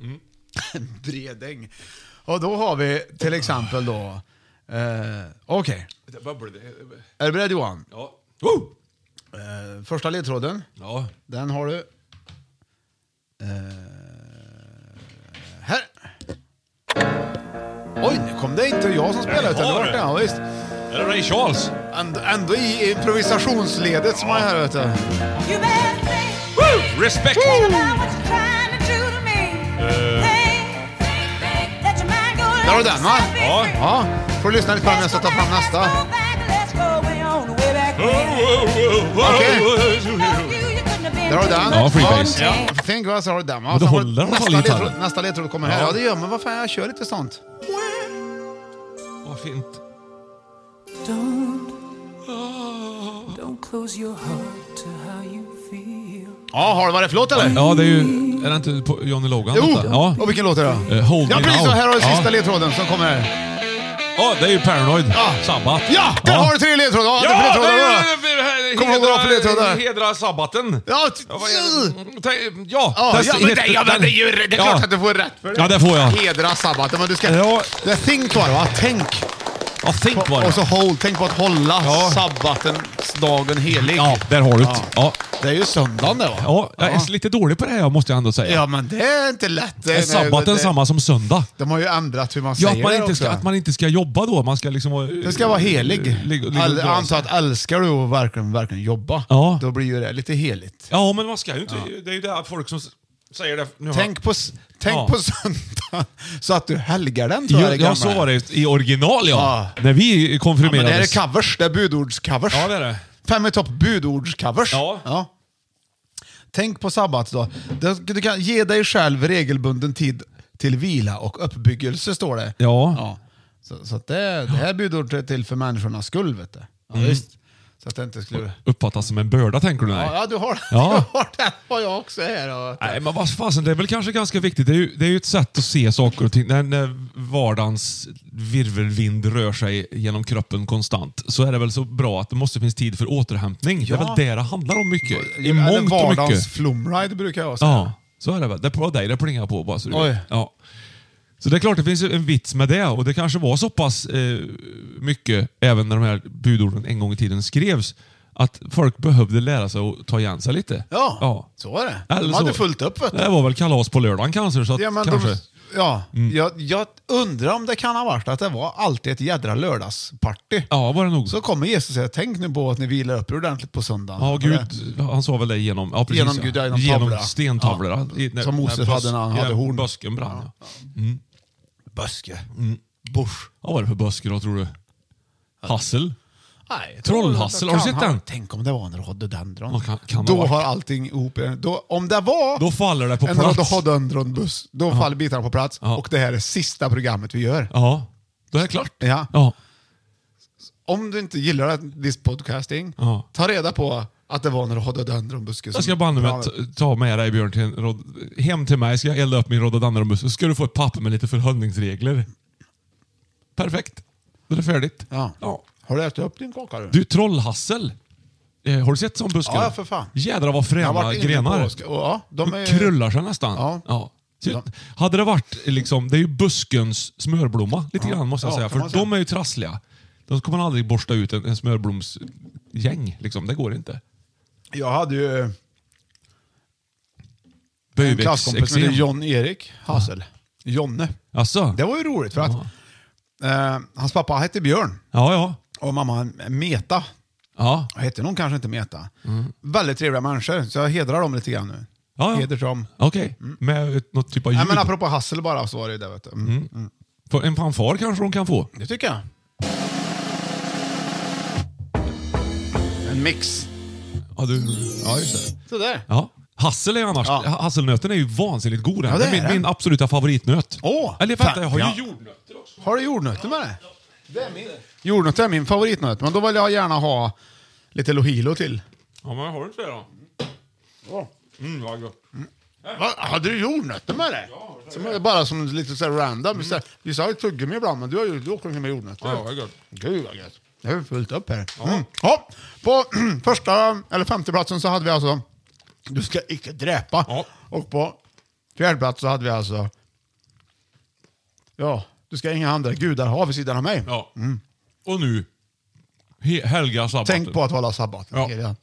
S2: Bredäng. Och då har vi till exempel då... Eh, Okej, är du beredd Johan?
S3: Ja. Woo!
S2: Eh, första ledtråden.
S3: Ja.
S2: Den har du. Eh, här. Oj, nu kom det inte jag som spelade utan det
S3: har
S2: var
S3: du.
S2: det. Ja, visst.
S3: Är det Ray Charles?
S2: Ändå, ändå i improvisationsledet som man är här vet du.
S4: You better think
S3: Woo! Respect!
S4: about what you're trying to do to me.
S3: Eh.
S4: Think, think, think that your mind go
S2: Där har du
S4: let
S2: den va?
S4: yourself be free.
S2: Ja, får lyssna lite på den när jag ska ta fram
S4: Let's go back,
S2: nästa.
S4: let's go back, let's
S3: Oh,
S4: go way on the way back when.
S2: Okej.
S4: No, you, you couldn't have been
S2: Där har du den.
S3: Ja, freebase.
S2: Ja, Thank God så har du den. Ja,
S3: Men du
S2: sen har-
S3: håller på
S2: nästa,
S3: gitarren.
S2: ledtråd, nästa ledtråd kommer här.
S3: Ja.
S2: Ja, det gör man. Vad fan, jag kör lite sånt.
S3: Vad fint.
S2: Ja, har du varit flott eller?
S3: Ja, det är ju... Är det inte på Johnny Logan?
S2: Jo!
S3: detta? Ja.
S2: Och vilken låt är det då?
S3: Eh, Hold
S2: ja,
S3: Me
S2: precis.
S3: Now.
S2: Och här har du
S3: Ja.
S2: sista ledtråden som kommer här.
S3: Ja, det är ju Paranoid.
S2: Ja.
S3: Sabbat.
S2: Ja, där har du tre ledtrådar! Ja, det är
S3: Ja, det
S2: ledtrådar då.
S3: är ju...
S2: Kom ihåg vad det var för ledtrådar.
S3: Hedra sabbaten.
S2: Ja, mm.
S3: Ja, vad är det? Tänk- ja,
S2: Ja,
S3: test-
S2: ja, men det, ja, men det är ju det är klart
S3: Ja.
S2: att du får rätt för det.
S3: Ja, det får jag.
S2: Hedra sabbaten, men du ska...
S3: Ja.
S2: Det är think var det, va? Tänk.
S3: Ja, think var
S2: Och så
S3: det.
S2: hold. Tänk på att hålla
S3: Ja.
S2: sabbatensdagen helig.
S3: Ja, där har du det. Ja.
S2: Det är ju söndagen det, va?
S3: Ja, jag är lite dålig på det här måste jag ändå säga.
S2: Ja, men det är inte lätt. Det,
S3: är sabbaten
S2: det,
S3: samma som söndag?
S2: De har ju ändrat hur man
S3: Ja,
S2: säger
S3: att man,
S2: det
S3: inte ska,
S2: också.
S3: att man inte ska jobba då. Man ska liksom vara...
S2: Det ska vara helig.
S3: Ligga- ligga
S2: All,
S3: och dra
S2: anta
S3: sig.
S2: att älskar du att verkligen, verkligen jobba,
S3: Ja.
S2: då blir ju det lite heligt.
S3: Ja, men man ska ju inte... Det är ju det här folk som s- säger det. Nu har-
S2: Tänk på, s- tänk
S3: Ja.
S2: på söndagen så att du helgar den, tror jag
S3: Ja,
S2: det
S3: ja,
S2: gamla
S3: så
S2: är.
S3: var det i original ja.
S2: Ja.
S3: När vi
S2: Ja, men det här är
S3: konfirmerades.
S2: covers. Det är budordscovers.
S3: Ja, det är det.
S2: Fem i topp budordscovers.
S3: Ja.
S2: Tänk på sabbat då. Du, du kan ge dig själv regelbunden tid till vila och uppbyggelse, står det.
S3: Ja.
S2: Så, så att det, det här budordet är till för människornas skull, vet du. Ja,
S3: Mm.
S2: visst. Så att det inte skulle...
S3: Uppfattas som en börda tänker du? Nej.
S2: Ja, ja, du har,
S3: Ja.
S2: du har det. har jag också här. Och,
S3: Nej, men vad fasen, det är väl kanske ganska viktigt. Det är ju, det är ju ett sätt att se saker och ting. När, när vardagens virvelvind rör sig genom kroppen konstant så är det väl så bra att det måste finnas tid för återhämtning. Det är väl det det handlar om mycket. I
S2: Eller
S3: mångt och mycket.
S2: vardagens flumride brukar jag säga.
S3: Ja, så är det väl. Det är på dig det plingar på bara så du
S2: Oj.
S3: vet. Ja. Så det är klart det finns en vits med det och det kanske var så pass eh, mycket, även när de här budorden en gång i tiden skrevs, att folk behövde lära sig att ta igen sig lite.
S2: Ja, så är det.
S3: Eller
S2: de hade fullt upp vet du.
S3: Det var väl kalas på lördagen kanske, så att
S2: Ja, men
S3: kanske... Mm.
S2: de, ja jag, jag undrar om det kan ha varit att det var alltid ett jädra lördagsparty.
S3: Ja, var det nog.
S2: Så kommer Jesus och säger, tänk nu på att ni vilar upp er ordentligt på söndagen.
S3: Ja,
S2: Och
S3: Gud,
S2: det-
S3: han sa väl det genom... Ja, precis,
S2: Genom
S3: ja.
S2: Gud, ja, genom tavlorna.
S3: stentavlorna.
S2: Ja.
S3: I- när-
S2: Som Moses
S3: bös-
S2: hade när han hade
S3: när
S2: horn.
S3: Bösken brann. Ja.
S2: Böske.
S3: Mm.
S2: Busch.
S3: Ja, vad är det för bösker då, tror du? Hassel?
S2: Nej, jag
S3: Trollhassel,
S2: tror-
S3: har du sett den?
S2: Tänk om det var en rhododendron.
S3: Ja, kan- kan det
S2: då
S3: ha varit.
S2: har allting ihop. Då, om det var
S3: Då faller det på
S2: en
S3: plats.
S2: rhododendronbuss, då faller bitarna på plats
S3: Ja.
S2: och det här är sista programmet vi gör.
S3: Ja, då är det klart.
S2: Ja.
S3: Ja.
S2: Om du inte gillar att- this podcasting,
S3: Ja.
S2: ta reda på att det var en rhododendronbuske.
S3: Jag ska
S2: som-
S3: banne mig t- ta med dig Björn till en rod- hem till mig. Ska jag elda upp min rhododendronbuss så ska du få ett papper med lite förhållningsregler. Perfekt. Då är det färdigt.
S2: Ja. Har du ätit upp din kaka du?
S3: Du, trollhassel. Eh, har du sett sån buskar?
S2: Ja, för fan.
S3: Jädrar vad
S2: Jag har
S3: fräna
S2: varit inne
S3: grenar.
S2: på- ja, de är-
S3: krullar sig nästan.
S2: Ja.
S3: Så,
S2: Ja.
S3: Hade det varit liksom, det är ju buskens smörblomma lite grann måste jag
S2: Ja,
S3: säga.
S2: kan man
S3: För
S2: säga.
S3: de är ju trassliga. De kommer man aldrig borsta ut en, en smörblomsgäng. Liksom. Det går inte.
S2: Jag hade ju en klasskompis som hette
S3: Böjväxteksem.
S2: John-Erik Hassel. Jonne.
S3: Alltså?
S2: Det var ju roligt för att eh, hans pappa hette Björn
S3: Ja, ja.
S2: och mamma Meta.
S3: Ja,
S2: Hette någon kanske inte Meta. Väldigt trevliga människor, så jag hedrar dem lite grann nu.
S3: ja. ja.
S2: Heder till dem.
S3: Okej, med ett, något typ av
S2: Mm. Nej,
S3: ljud.
S2: men apropå Hassel bara så var det ju det. Vet du. Mm.
S3: För En fanfar kanske de kan få.
S2: Det tycker jag. En mix.
S3: Ja, du, ja just det.
S2: Sådär.
S3: Ja. Hassel är ju annars,
S2: Ja,
S3: hasselnöten är ju vansinnigt god. den.
S2: Ja,
S3: det
S2: det är
S3: är min,
S2: den.
S3: min absoluta favoritnöt.
S2: Åh,
S3: Eller vänta,
S2: fan.
S3: jag har ju
S2: Ja.
S3: jordnötter också.
S2: Har du jordnötter med dig? Jordnötter är min favoritnöt, men då vill jag gärna ha lite Lohilo till.
S3: Ja, men har du inte det då? Mm, vad gott.
S2: Va? Hade du jordnötter med dig? Ja, som är bara som lite så här random. Mm. Vissa har ju tuggummi ibland, men du har ju du åker omkring med jordnötter.
S3: Ja, vad gott.
S2: Gud vad gött. Det är ju fullt upp här. Mm. Ja, på första, eller femte platsen så hade vi alltså Du ska icke dräpa.
S3: Ja.
S2: Och på fjärde plats så hade vi alltså Ja, du ska inga andra gudar ha vid sidan av mig.
S3: Ja. Och nu, he, helga sabbaten.
S2: Mm. Tänk på att hålla sabbaten.
S3: Ja. Mm.
S2: Heliga.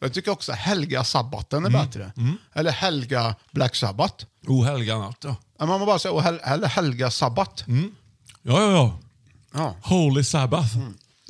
S2: Jag tycker också helga sabbaten är bättre. Eller helga black sabbat.
S3: O Oh, helga natt, ja.
S2: Ja, Man må bara säga, "Åh, hel- eller helga sabbat.
S3: Mm. Ja, ja, ja.
S2: Ja.
S3: Holy Sabbath.
S2: Mm.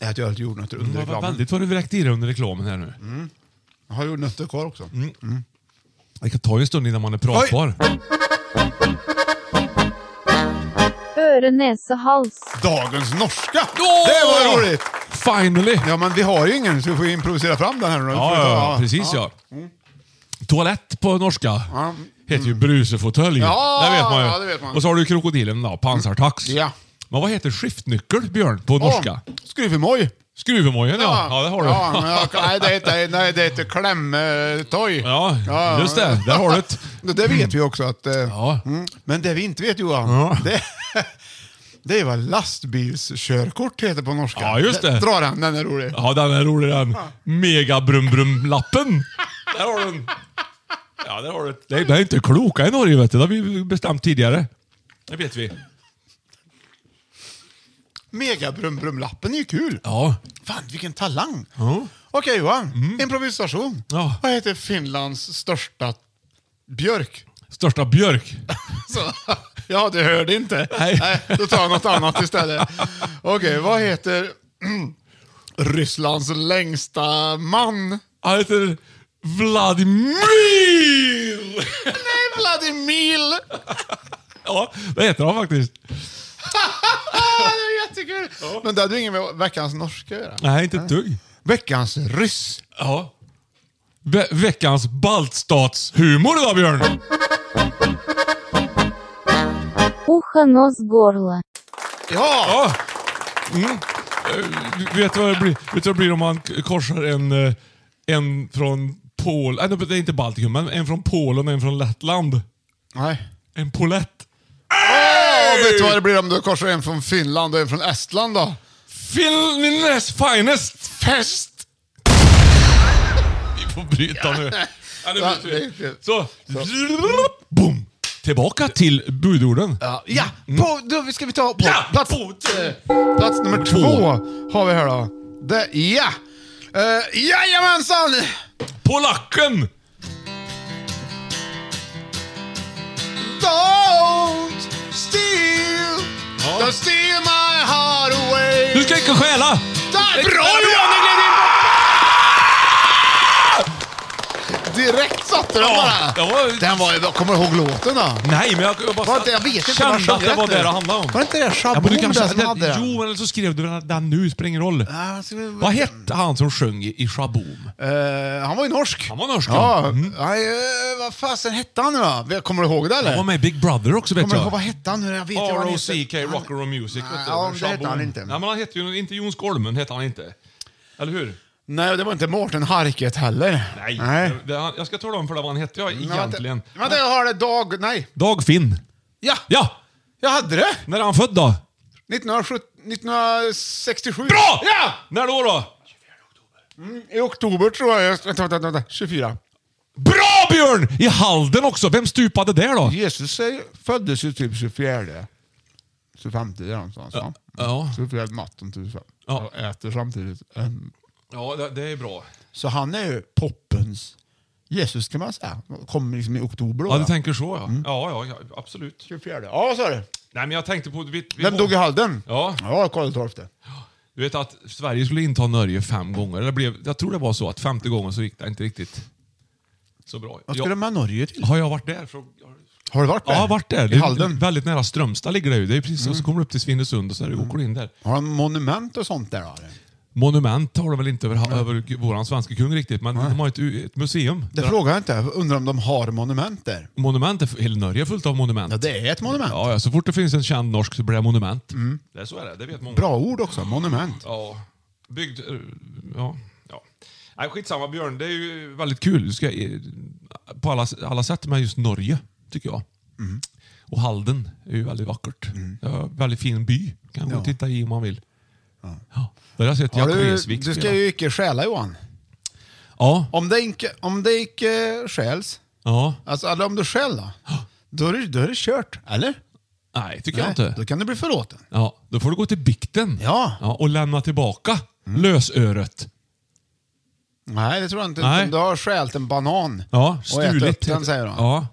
S2: Äter jag alltid jordnötter under
S3: Mm, vad
S2: reklamen. Mm.
S3: väldigt vad du vräkte i dig under reklamen här nu.
S2: Jag har jordnötter kvar också.
S3: Mm. Det kan ta ju en stund innan man är pratbar.
S5: Øre, nese, hals.
S2: Dagens norska! Det var roligt!
S3: Finally!
S2: Ja, men vi har ju ingen så vi får improvisera fram den här nu.
S3: Ja, ja, ja, precis ja. Toalett på norska heter ju brusefåtölj.
S2: Mm. Ja,
S3: det, vet man ju.
S2: ja, det vet man.
S3: Och så har du krokodilen då, pansartax.
S2: Ja.
S3: Men vad heter skiftnyckel, Björn, på norska?
S2: Skruvemoj.
S3: Skruvmojen ja. ja, det har du.
S2: Ja, men jag, nej, det heter, nej, det heter klämtoj.
S3: Ja, just det. Där har du ett.
S2: Det, det vet vi också att... eh,
S3: Ja.
S2: Mm. Men det vi inte vet Johan,
S3: Ja.
S2: det, det är vad lastbilskörkort heter på norska.
S3: Ja, just det.
S2: Dra den, den är rolig.
S3: Ja, den är rolig den. Mega brum brum lappen Där har du den. Ja, där har du det. Det är inte kloka i Norge, vet du. Det har vi bestämt tidigare. Det vet vi.
S2: Megabrumbrumlappen är ju kul.
S3: Ja.
S2: Fan, vilken talang.
S3: Ja. Mm.
S2: Okej Johan, improvisation.
S3: Ja.
S2: Vad heter Finlands största björk?
S3: Största björk.
S2: Så, ja, du hörde inte.
S3: Nej.
S2: då tar jag något annat istället. Okej, vad heter Rysslands längsta man?
S3: Han heter Vladimir!
S2: Nej, Vladimir!
S3: Ja, det heter han faktiskt.
S2: Ah, det är jättekul! Men det hade ju inget med veckans norska att göra.
S3: Nej, inte ett dugg.
S2: Veckans ryss.
S3: Ja. Ve- veckans baltstatshumor då, Björn!
S5: Ухо, нос, горло.
S2: Ja!
S3: Ja. Mm. Eh, Vet du vad det blir, vet du vad det blir om man k- korsar en, eh, en från Polen, nej det är inte Baltikum, men en från Polen och en från Lettland.
S2: Nej.
S3: En polett.
S2: Ja, vet du vad det blir om du korsar en från Finland och en från Estland då?
S3: Finlands finest!
S2: Fest!
S3: Vi får bryta nu. Ja, nu
S2: Ja,
S3: bryter
S2: det är
S3: vi.
S2: kul.
S3: Så. Boom. Tillbaka till budorden.
S2: Ja, ja. På, då ska vi ta på
S3: Ja,
S2: plats,
S3: på t-
S2: eh, plats nummer två. har vi här då. Det, ja! Uh, jajamensan!
S3: Polacken!
S2: Don't steal,
S3: Ja.
S2: don't steal my heart away.
S3: Du ska inte stjäla!
S2: Där, bra Johan! Du gled in på- Direkt satte den
S3: Ja,
S2: bara.
S3: det var-
S2: Den var, jag kommer du ihåg låten då?
S3: Nej, men jag, jag bara
S2: Var inte, jag vet inte vad
S3: kände
S2: jag
S3: att det
S2: sjöng
S3: var
S2: rätt
S3: det
S2: nu.
S3: det handlade om.
S2: Var inte det Chabon
S3: men du kanske-
S2: där som hade den?
S3: Jo, eller så skrev du väl den nu, spelar ingen roll.
S2: Ja, så vi-
S3: Vad hette han som sjöng i i Shaboom?
S2: Eh, han var ju norsk.
S3: Han var norsk,
S2: ja.
S3: ja. Mm.
S2: Nej, eh, vad fasen hette han nu då? Kommer du ihåg det eller?
S3: Han var med i Big Brother också vet
S2: Kommer du ihåg, vad
S3: jag.
S2: hette han nu? Jag vet inte vad han heter.
S3: R.O.C.K.
S2: Han-
S3: Rock and Roll Music. vet du,
S2: Nej, Ja, det hette
S3: Shaboom.
S2: han inte.
S3: Nej, men han hette ju inte Jon Skolmen, hette han inte. Eller hur?
S2: Nej, det var inte Mårten Harket heller.
S3: Nej.
S2: Nej.
S3: Det, det, han- jag ska tala om för dig vad han hette ja,
S2: Men vänta-
S3: egentligen.
S2: Vänta, jag har det. Dag... Nej.
S3: Dag Finn.
S2: Ja!
S3: Ja!
S2: Jag hade det!
S3: När är han född då?
S2: 1970, 1967.
S3: Bra!
S2: Ja!
S3: När då då?
S2: I oktober tror jag. Vänta, vänta, vänta. 24.
S3: Bra Björn! I Halden också. Vem stupade där då?
S2: Jesus säger, föddes ju typ 24. 25 där någonstans. Ja.
S3: Ja.
S2: 24 natten till 25.
S3: Ja.
S2: Och äter samtidigt en
S3: Ja, det, det är bra.
S2: Så han är ju poppens Jesus kan man säga. Kommer liksom i oktober. då,
S3: Ja, du
S2: va?
S3: tänker så ja.
S2: Mm.
S3: Ja, ja, ja, absolut.
S2: 24. Ja, så är det.
S3: Nej, men jag tänkte på... Vi, vi
S2: Vem dog i Halden?
S3: Ja.
S2: Ja, Karl XII.
S3: Du vet att Sverige skulle inta Norge fem gånger. Eller blev, jag tror det var så att femte gången så gick det inte riktigt så bra.
S2: Vad skulle
S3: jag,
S2: man Norge till?
S3: Har jag varit där? Från,
S2: Har du varit
S3: ja,
S2: där?
S3: jag har varit där.
S2: I Halden? Mm.
S3: Väldigt nära Strömstad ligger det ju. Det är precis, och Så kommer du upp till Svinesund och så är det, åker du in där.
S2: Har han monument och sånt där? då, eller?
S3: Monument har de väl inte över, över våran svenska kung riktigt, men de har ett, u- ett museum.
S2: Det
S3: Där-
S2: frågar jag inte. Jag undrar om de har monument där.
S3: Monument, är, hela Norge är fullt av monument.
S2: Ja, det är ett monument.
S3: Ja, ja, så fort det finns en känd norsk så blir det monument. Det är så är det, det vet många.
S2: Bra ord också, monument.
S3: Ja. Byggd... eh, Ja. ja. Nej, skitsamma Björn, det är ju väldigt kul. Du ska, eh, på alla, alla sätt med just Norge, tycker jag.
S2: Mm.
S3: Och Halden är ju väldigt vackert. Ja, väldigt fin by. kan gå och titta i om man vill. Ja. Där har jag sett
S2: Har
S3: Jack
S2: du,
S3: Resvik
S2: du ska
S3: spela.
S2: ju icke stjäla Johan.
S3: Ja.
S2: Om det icke, om det icke stjäls,
S3: ja.
S2: alltså, eller om du stjäl då, då är, det, då är det kört. Eller?
S3: Nej, tycker jag
S2: Nej,
S3: inte.
S2: Då kan du bli förlåten.
S3: Ja, då får du gå till bikten
S2: Ja. Mm.
S3: och lämna tillbaka lösöret.
S2: Nej, det tror jag inte.
S3: Nej.
S2: Om Du har stjält en banan
S3: Ja,
S2: och ätit upp
S3: stulit.
S2: den, säger de.
S3: Ja.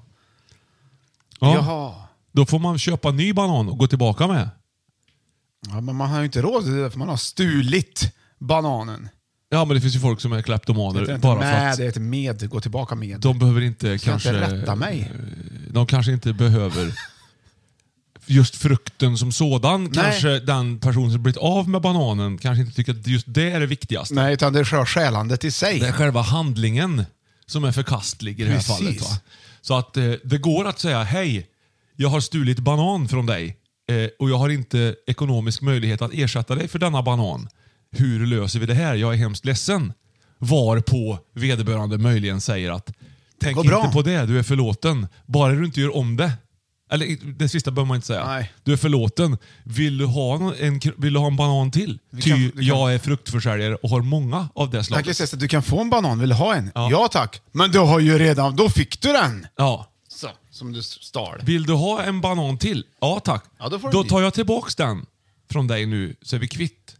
S3: Ja.
S2: Jaha.
S3: Då får man köpa en ny banan och gå tillbaka med.
S2: Ja, men man har ju inte råd till det, för man har stulit bananen.
S3: Ja, men det finns ju folk som är
S2: Det heter
S3: kleptomaner
S2: inte
S3: bara för
S2: med,
S3: att
S2: det heter med. Gå tillbaka med.
S3: de behöver inte
S2: Ska jag
S3: kanske...
S2: inte rätta mig?
S3: De kanske inte behöver just frukten som sådan. Kanske den person som blivit av med bananen kanske inte tycker att just det är det viktigaste.
S2: Nej, utan det är själva stjälandet i sig.
S3: Det är själva handlingen som är förkastlig i det här
S2: Precis.
S3: fallet. Va? Så att eh, det går att säga hej, jag har stulit banan från dig eh, och jag har inte ekonomisk möjlighet att ersätta dig för denna banan. Hur löser vi det här? Jag är hemskt ledsen. Var på vederbörande möjligen säger att tänk
S2: går
S3: inte
S2: bra."
S3: på det, du är förlåten. Bara du inte gör om det. Eller det sista behöver man inte säga.
S2: Nej.
S3: Du är förlåten. Vill du ha någon- en, kr- vill du ha en banan till? Ty
S2: kan- vi kan-
S3: jag är fruktförsäljare och har många av det
S2: Tack
S3: slaget.
S2: Leicester, du kan få en banan. Vill du ha en?
S3: Ja.
S2: Ja, tack. Men du har ju redan, då fick du den!
S3: Ja.
S2: Så, som du stal.
S3: Vill du ha en banan till? Ja tack.
S2: Ja, då får du en
S3: tar jag tillbaks den från dig nu så är vi kvitt.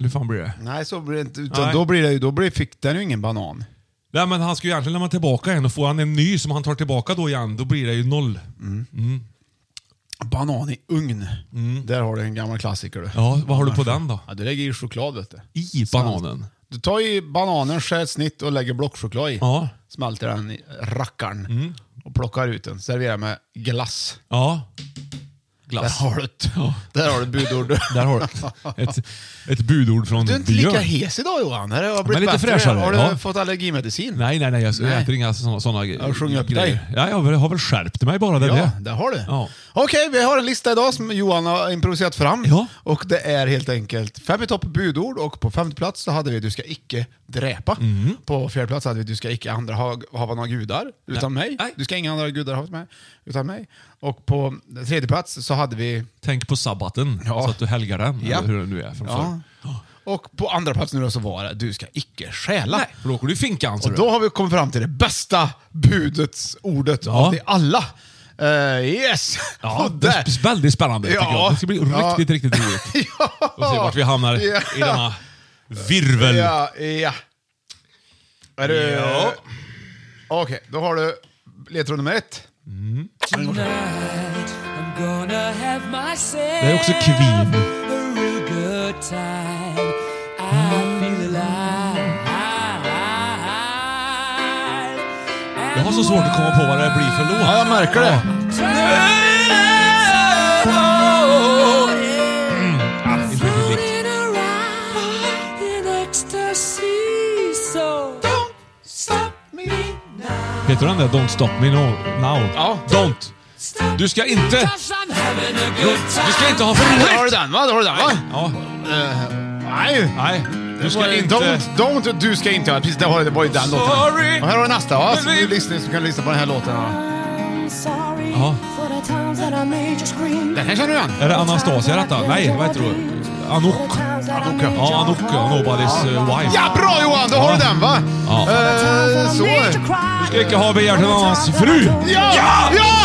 S3: Hur fan blir det?
S2: Nej, så blir det inte. Utan
S3: Nej.
S2: Då, blir det, ju- då blir, fick den ju ingen banan.
S3: Nej men han ska ju egentligen lämna tillbaka en och får han en ny som han tar tillbaka då igen, då blir det ju noll.
S2: Banan i ugn. Där har du en gammal klassiker du.
S3: Mm. Ja, vad har du på den då?
S2: Ja, du lägger i choklad vet du.
S3: I bananen?
S2: Du tar i bananen, skär ett snitt och lägger blockchoklad i.
S3: Ja. Mm.
S2: Smälter den i rackaren och plockar ut den. Serverar med glass.
S3: Ja.
S2: Där
S3: Glass.
S2: har du ett, där har du budord.
S3: Där har du ett, ett budord från
S2: Du är inte
S3: Björn.
S2: lika hes idag Johan. Det Har jag blivit
S3: lite
S2: bättre?
S3: fräschare,
S2: Har du
S3: ja.
S2: fått allergimedicin?
S3: Nej, nej, nej. Jag
S2: Nej.
S3: äter inga sådana såna grejer.
S2: Jag sjunger upp dig.
S3: Ja, jag har väl skärpt mig bara. Det är
S2: Ja,
S3: det.
S2: det har du.
S3: Ja.
S2: Okej, vi har en lista idag som Johan har improviserat fram.
S3: Ja.
S2: Och det är helt enkelt fem i topp budord och på femte plats så hade vi Du ska icke dräpa.
S3: Mm.
S2: På fjärde plats hade vi Du ska icke andra ha, hava några gudar utan mig.
S3: Nej.
S2: Du ska inga andra gudar ha med, utan mig. Och på tredje plats så hade vi
S3: Tänk på sabbaten
S2: Ja.
S3: så att du helgar den.
S2: Ja.
S3: Eller hur det nu är från
S2: Ja.
S3: förr.
S2: Och på andra plats nu då så var det Du ska icke stjäla.
S3: Nej, för då åker du i finkan. ser
S2: Och
S3: du.
S2: då har vi kommit fram till det bästa budets ordet
S3: Ja.
S2: av det alla. Eh, yes!
S3: Ja,
S2: Och
S3: det
S2: där-
S3: är väldigt spännande tycker jag. Det ska bli
S2: Ja.
S3: riktigt, riktigt roligt.
S2: ja.
S3: Och se vart vi hamnar
S2: Ja.
S3: i denna virvel.
S2: Ja, ja. Är du...
S3: Ja.
S2: Okej, då har du ledtråd nummer ett.
S3: Det är också Queen. Jag har så svårt att komma på vad det blir för låt.
S2: Ja, jag märker det.
S3: Mm, inte riktigt likt. Heter den där Don't Stop Me No- Now?
S2: Ja.
S3: Don't. Du ska inte... Du ska inte ha för
S2: Där har du
S3: roligt!
S2: den va? Där har du den va? Eh,
S3: Ja,
S2: Nej.
S3: nej. Du
S2: Var
S3: ska
S2: det
S3: inte...
S2: Don't, don't, du ska inte... Ja, Precis, det var, det var ju den låten.
S3: Sorry.
S2: Och här har du nästa va? Så
S3: Men vi-
S2: du lyssnar, så kan du lyssna på den här låten. Va?
S3: Ja.
S2: Den här känner du igen?
S3: Är det Anastasia detta? Nej, vad heter hon? Anouk.
S6: Anokka.
S3: Ja, Anokka, Nobody's eh, Wife.
S6: Ja, bra Johan! Då har du den va?
S3: Ja.
S6: Eh, så.
S3: Du ska inte ha begär till någon annans fru.
S6: Ja! Ja!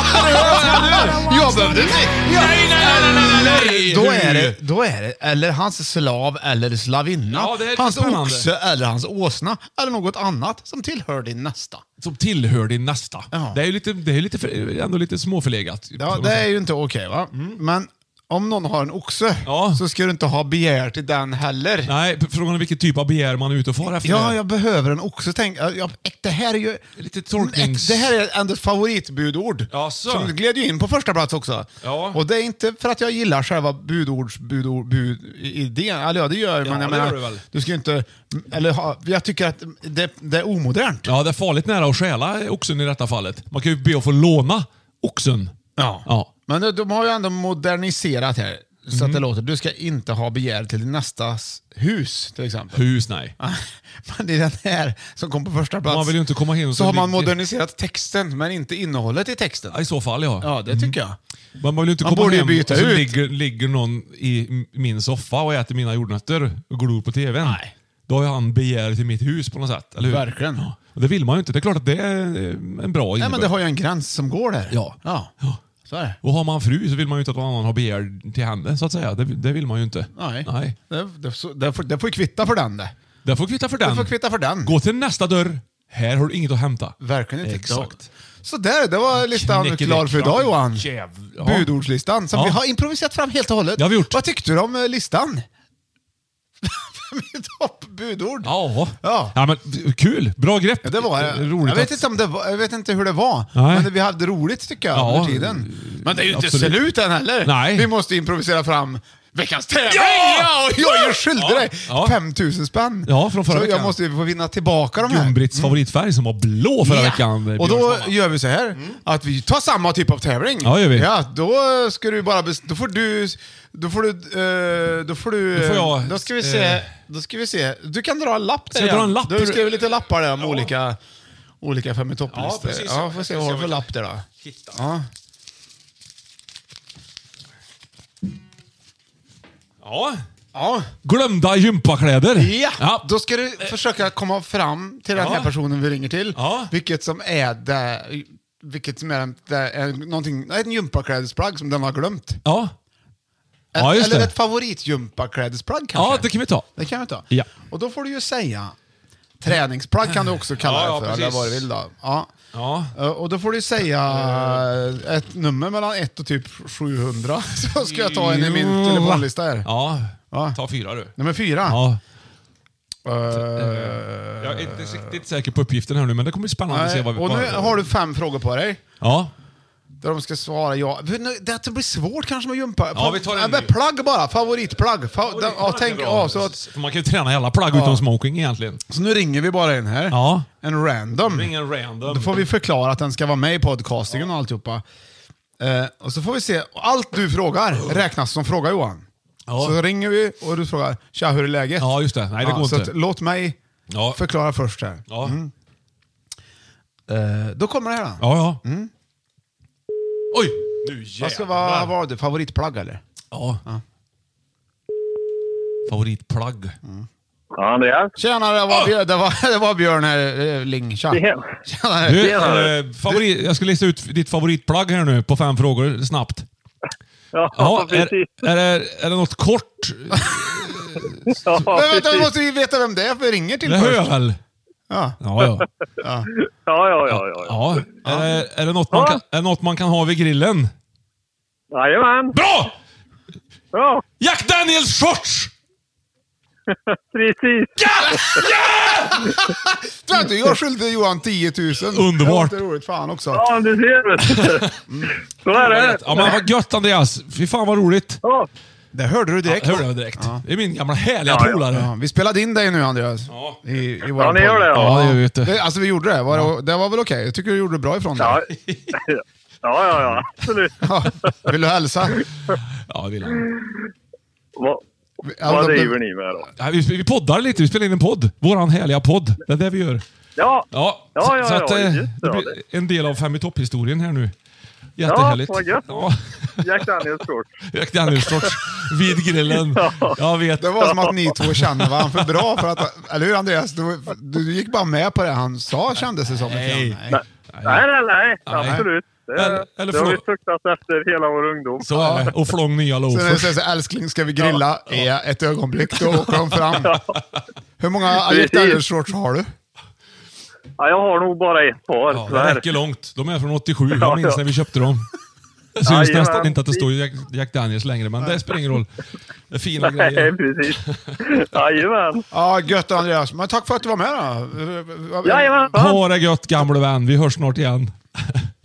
S6: Jag behövde inte...
S3: Nej, nej, nej, nej, nej, nej!
S2: Då är, det, då är det eller hans slav eller slavinna,
S3: Ja, det är
S2: hans
S3: spännande.
S2: oxe eller hans åsna eller något annat som tillhör din nästa.
S3: Som tillhör din nästa.
S2: Ja.
S3: Det är ju lite, det är ju lite, för- ändå lite småförlegat.
S2: Ja, det är ju inte okej va? Men om någon har en oxe
S3: Ja.
S2: så ska du inte ha begär till den heller.
S3: Nej, frågan är vilken typ av begär man är ute och far efter.
S2: Ja, jag behöver en oxe. Tänk, ja, jag, det här är ju...
S3: Lite tolknings-
S2: Det här är ändå ett favoritbudord.
S3: Jaså?
S2: Som gled ju in på första plats också.
S3: Ja.
S2: Och det är inte för att jag gillar själva budords... Budord, bud, idén. Eller ja, det gör jag,
S3: Ja,
S2: men jag
S3: det gör
S2: menar...
S3: du väl.
S2: Du ska ju inte... Eller, ha- jag tycker att det, det är omodernt.
S3: Ja, det är farligt nära att stjäla oxen i detta fallet. Man kan ju be att få låna oxen.
S2: Ja.
S3: Ja. Mm.
S2: Men de, de har ju ändå moderniserat här. Så att det låter, du ska inte ha begär till din nästas hus till exempel.
S3: Hus, nej.
S2: Men det är den här som kom på första plats.
S3: Man vill ju inte komma hem och
S2: Så
S3: så
S2: har man
S3: ligger-
S2: moderniserat texten, men inte innehållet i texten.
S3: Ja, I så fall, ja.
S2: Ja, det tycker jag.
S3: Mm. Men man vill ju inte
S2: Man
S3: komma
S2: borde ju
S3: hem
S2: byta
S3: och så
S2: ut.
S3: ligger, ligger någon i m- min soffa och äter mina jordnötter och glor på TVn.
S2: Nej.
S3: Då har ju han begär till mitt hus på något sätt, eller hur?
S2: Verkligen.
S3: Ja. Och det vill man ju inte. Det är klart att det är eh, en bra
S2: Nej,
S3: innebörd.
S2: men det har ju en gräns som går där.
S3: Ja.
S2: ja.
S3: Ja.
S2: Så är det.
S3: Och har man fru så vill man ju inte att någon annan har begär till henne, så att säga. Det, det vill man ju inte.
S2: Nej.
S3: Nej.
S2: Det, det, så- det, får, det får ju kvitta för den det.
S3: Det får kvitta för den.
S2: Det får kvitta för den.
S3: Gå till nästa dörr. Här har du inget att hämta.
S2: Verkligen inte.
S3: Exakt.
S2: Så där, det var listan
S3: Knäcker
S2: klar
S3: det.
S2: för idag Johan.
S3: Jävlar. Ja.
S2: Budordslistan som
S3: Ja.
S2: vi har improviserat fram helt och hållet.
S3: Det har vi gjort.
S2: Vad tyckte du om eh, listan? Mitt toppbudord.
S3: Ja.
S2: Ja.
S3: men kul. Bra grepp.
S2: Ja, det var
S3: Eh, Roligt
S2: jag, vet
S3: att-
S2: inte om det var, jag vet inte hur det var,
S3: Nej.
S2: men vi hade roligt tycker jag
S3: Ja,
S2: under tiden. Men det är ju inte
S3: absolut.
S2: slut än heller.
S3: Nej.
S2: Vi måste improvisera fram veckans tävling!
S3: Ja!
S2: ja och jag är ju skyldig
S3: Ja,
S2: dig
S3: ja.
S2: 5000 spänn.
S3: Ja, från förra
S2: Så jag
S3: veckan.
S2: måste ju få vinna tillbaka de här. Mm.
S3: Gun-Britts favoritfärg som var blå förra veckan. eh,
S2: Och då
S3: Björns mamma.
S2: gör vi så här,
S3: Mm.
S2: att vi tar samma typ av tävling.
S3: Ja, gör vi.
S2: Ja, då ska du bara... bes- Då får du... Då får du... eh, Då får du...
S3: Då får jag,
S2: då ska vi se...
S3: eh,
S2: Då ska vi se. Du kan dra en lapp där
S3: jag
S2: igen.
S3: dra en lapp?
S2: Du skriver lite lappar där om olika... Olika fem i
S3: Ja,
S2: topp-listor.
S3: precis.
S2: Ja, får se vad du har för lapp där då.
S3: Hitta.
S2: Ja.
S3: Ja.
S2: Ja.
S3: Glömda gympakläder.
S2: Ja. då ska du försöka komma fram till den
S3: Ja.
S2: här personen vi ringer till.
S3: Ja.
S2: Vilket som är det, vilket som är, den- det är någonting, ett gympaklädesplagg som den har glömt.
S3: Ja. Ja, just
S2: Eller
S3: det.
S2: ett favoritgympaklädesplagg kanske?
S3: Ja, det kan vi ta.
S2: Det kan vi ta.
S3: Ja.
S2: Och då får du ju säga, träningsplagg kan du också kalla
S3: Ja, ja,
S2: det för, eller
S3: precis.
S2: vad du vill då. Ja.
S3: Ja.
S2: Eh, Och då får du säga eh, ett nummer mellan 1 och typ 700, så ska jag ta en i min telefonlista här.
S3: Mm. Ja.
S2: Ja.
S3: Ta fyra du.
S2: Nummer fyra.
S3: Ja.
S2: Eh,
S3: Jag är inte riktigt säker på uppgiften här nu, men det kommer bli spännande att se
S2: nej.
S3: vad vi...
S2: och nu
S3: vad-
S2: har du fem frågor på dig.
S3: Ja.
S2: Där de ska svara ja. För nu- Det blir svårt kanske med gympa...
S3: Ja, vi tar en
S2: men
S3: ny.
S2: plagg bara, favoritplagg. Fa ja,
S3: Det är
S2: tänk,
S3: bra.
S2: ja, så att,
S3: Man kan ju träna i alla plagg utom smoking egentligen.
S2: Så nu ringer vi bara in här.
S3: Ja.
S2: En random.
S3: Ring en random.
S2: Då får vi förklara att den ska vara med i podcastingen och alltihopa. Eh, och så får vi se. Allt du frågar räknas som fråga Johan.
S3: Ja.
S2: Så ringer vi och du frågar “Tja, hur är läget?”
S3: Ja, just det. Nej, det går
S2: så
S3: inte.
S2: Att, låt mig
S3: Ja.
S2: förklara Mm. först här.
S3: Ja.
S2: Eh, då kommer det här då.
S3: Ja, ja. Oj! Nu
S2: Mm. Vad ska vara, vad var det? Favoritplagg eller?
S3: Ja. Favoritplagg.
S2: Mm. Tjena, det var, Björn, det var, det var Björn här, eh, Ling. Tja. Tjena.
S3: Du, eh, favorit, jag ska lista ut ditt favoritplagg här nu på fem frågor snabbt.
S7: Oh,
S3: Ja, är, är, det, är det något kort?
S7: Oh,
S2: Men vänta, då måste vi veta vem det är för vi ringer till
S3: Det hör jag
S2: först.
S3: väl?
S2: Ja.
S3: Ja, ja.
S7: Ja, ja, ja. ja.
S3: ja. Är, det, är, det något man kan, är det något man kan ha vid grillen?
S7: Jajamän!
S3: Bra!
S7: Ja,
S3: Jack Daniels shorts!
S7: precis.
S2: Vänta, Jag skyllde Johan 10 000.
S3: Underbart.
S2: Det var inte roligt fan också.
S7: Ja, du ser. Vet du. Så är det.
S3: Ja, men vad gött Andreas! Fy fan vad roligt!
S7: Ja,
S2: Det hörde du direkt.
S3: Ja, hörde jag direkt. Det är min gamla härliga
S7: Ja, ja.
S3: polare.
S2: Ja, vi spelade in dig nu Andreas.
S3: Ja.
S2: I, i
S7: Ja, ni gör det, ja.
S3: Ja, det gör vi, vet du.
S2: Det, alltså vi gjorde det. Var det, det var väl okej? Jag tycker du gjorde det bra ifrån dig.
S7: ja. Ja, ja, ja. Absolut.
S2: Ja. Vill du hälsa?
S3: Ja, det vill han.
S7: Vad,
S2: Alltså,
S7: vad driver ni med då?
S3: Ja, vi, vi poddar lite, vi spelar in en podd. Våran härliga podd. Det är det vi gör.
S7: Ja,
S3: Ja,
S7: Ja,
S3: så-
S7: ja,
S3: så att,
S7: ja,
S3: eh,
S7: just det,
S3: det
S7: ja,
S3: blir en del av Fem i topp-historien här nu. Jättehärligt.
S7: Ja, vad gött.
S3: Ja.
S7: Jack Daniels-kort.
S3: Jack Daniels-sorts vid grillen. Jag vet.
S2: Det var som att ni två kände varandra för bra för att... Eller hur Andreas? Du, du gick bara med på det han sa kändes det som. lite grann.
S3: Nej.
S7: Nej, nej, nej.
S3: Nej.
S7: Absolut. Det,
S3: Eller- eller
S7: det har vi
S3: förlåt.
S7: suktat efter hela vår ungdom.
S3: Så är det. Och flång nya
S2: Sen är det
S3: loafers.
S2: så här, så här, älskling ska vi grilla? Ja, ett ögonblick. Då åker de fram. Hur många
S7: Precis.
S2: Jack Daniels-shorts har du?
S7: Ja, jag har nog bara ett par.
S3: Ja,
S7: tyvärr.
S3: det räcker långt. De är från 87.
S7: Ja,
S3: Jag minns
S7: ja.
S3: när vi köpte dem. Det syns
S7: Jajamän.
S3: nästan inte att det står Jack, Jack Daniels längre, men det spelar ingen roll. Det är fina
S7: Nej,
S3: grejer.
S7: precis. Jajamän.
S2: Ja, gött Andreas. Men tack för att du var med då.
S7: Jajamän.
S3: Ha det gött gamle vän. Vi hörs snart igen.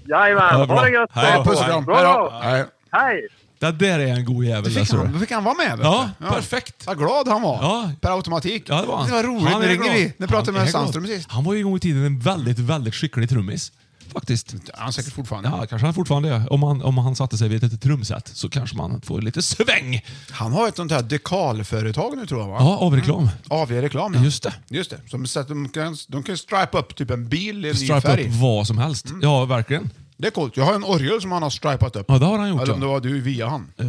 S3: Ja,
S7: Jajamän.
S3: bra.
S7: Ha det gött.
S3: Hej,
S2: Puss och kram.
S7: Bra.
S2: Hej då. Hej.
S7: Hej.
S3: Det där är en god jävel.
S2: Då fick,
S3: alltså.
S2: han, då fick han vara med. vet
S3: Ja,
S2: du.
S3: perfekt.
S2: Vad glad han var.
S3: Ja.
S2: Per automatik.
S3: Ja, det var han.
S2: Det var roligt.
S3: Han
S2: nu
S3: är
S2: ringer
S3: glad.
S2: vi. Nu pratar
S3: Han
S2: vi med
S3: är glad.
S2: Sandström sist.
S3: Han var ju en gång i tiden en väldigt, väldigt skicklig trummis. Faktiskt.
S2: Han är säkert fortfarande.
S3: Ja, kanske han fortfarande är. Om han, om han satte sig vid ett trumset så kanske man får lite sväng.
S2: Han har ett sånt här dekalföretag nu tror jag va?
S3: Ja, av
S2: Mm.
S3: reklam.
S2: AV reklam ja.
S3: Just det.
S2: Just det. Som, så att de, kan, de kan stripa upp typ en bil i en ny
S3: Stripa upp
S2: färg. Mm.
S3: vad som helst. Ja, verkligen.
S2: Det är coolt. Jag har en orgel som han har stripat upp.
S3: Ja, det har han gjort,
S2: Eller om
S3: ja.
S2: det var du via han.
S3: Eh,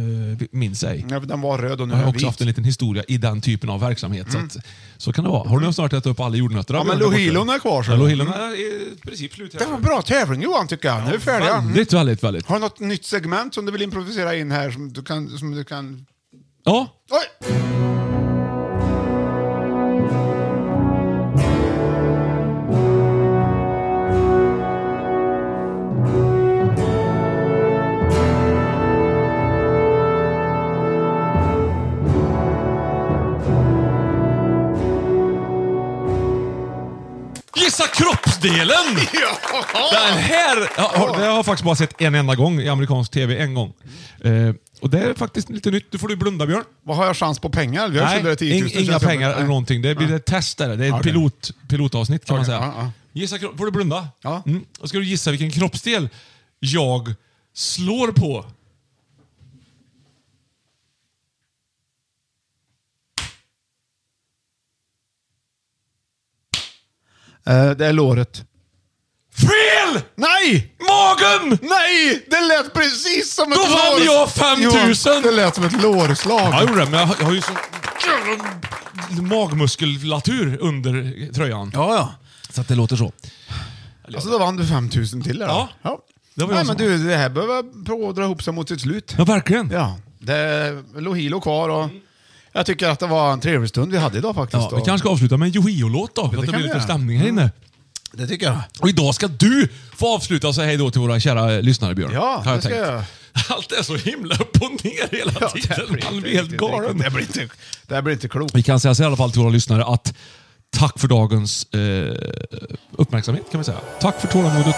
S3: minns ej.
S2: Ja, för Den var röd och nu
S3: Jag
S2: är
S3: har
S2: den
S3: också
S2: vit.
S3: haft en liten historia i den typen av verksamhet. Så, att, så kan det vara. Har du nu snart ätit upp alla jordnötter?
S2: Mm. Ja, men Lohilon är kvar, så.
S3: Ja, Lohilon är i princip slut.
S2: Det var en bra tävling Johan tycker jag. Nu är vi färdiga. Mm.
S3: Väldigt, väldigt, väldigt.
S2: Har du något nytt segment som du vill improvisera in här som du kan... Som du kan...
S3: Ja,
S2: Oj!
S3: Gissa kroppsdelen! Den här! Ja, har- det har jag faktiskt bara sett en enda gång i amerikansk tv. En gång. Eh, och det är faktiskt lite nytt. Du får du blunda Björn.
S2: Vad har jag chans på pengar? Vi har skyldiga 10 000,
S3: ing-
S2: känns
S3: inga
S2: det som.
S3: pengar eller
S2: Nej.
S3: någonting. Det blir ett test där. Det är ett
S2: Okej.
S3: pilot, pilotavsnitt kan man
S2: Okej,
S3: säga.
S2: ja, ja.
S3: Gissa kropp... Får du blunda?
S2: Ja.
S3: Mm. Då ska du gissa vilken kroppsdel jag slår på.
S2: Eh, det är låret.
S3: Fel!
S2: Nej!
S3: Magen!
S2: Nej! Det lät precis som
S3: Då
S2: ett
S3: vann
S2: lår-
S3: jag 5 000.
S2: Johan, Det lät som ett lårslag.
S3: Ja, jag gjorde det, men jag har, jag har ju sån magmuskulatur under tröjan.
S2: ja. ja.
S3: Så att det låter så.
S2: Alltså då vann du 5000 till där då.
S3: Ja. Det var jag
S2: Nej,
S3: som
S2: men du, det här behöver på- dra ihop sig mot sitt slut.
S3: Ja, verkligen.
S2: Ja. Det är Lohilo kvar och jag tycker att det var en trevlig stund vi hade idag faktiskt.
S3: Ja, vi kanske ska avsluta med en Johio-låt då, för att det
S2: kan vi
S3: blir lite
S2: göra. Mm.
S3: stämning här inne.
S2: Det tycker jag.
S3: Och idag ska du få avsluta och säga hej då till våra kära eh, lyssnare, Björn.
S2: Ja,
S3: Har
S2: det ska
S3: tänkt.
S2: jag göra.
S3: Allt är så himla upp och ner hela
S2: Ja, det här
S3: tiden.
S2: blir
S3: Man
S2: inte
S3: blir helt
S2: riktigt, riktigt.
S3: galen.
S2: Det här blir inte, det här blir inte klokt.
S3: Vi kan säga så i alla fall till våra lyssnare att tack för dagens eh, uppmärksamhet kan vi säga. Tack för tålamodet.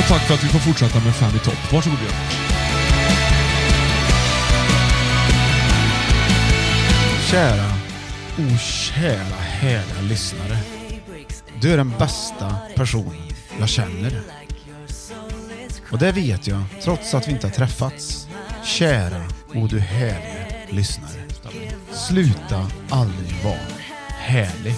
S3: Och tack för att vi får fortsätta med Fem i topp. Varsågod Björn.
S2: Kära, o kära, härliga lyssnare. Du är den bästa person jag känner. Och det vet jag, trots att vi inte har träffats. Kära, o du härliga lyssnare. Sluta aldrig vara härlig.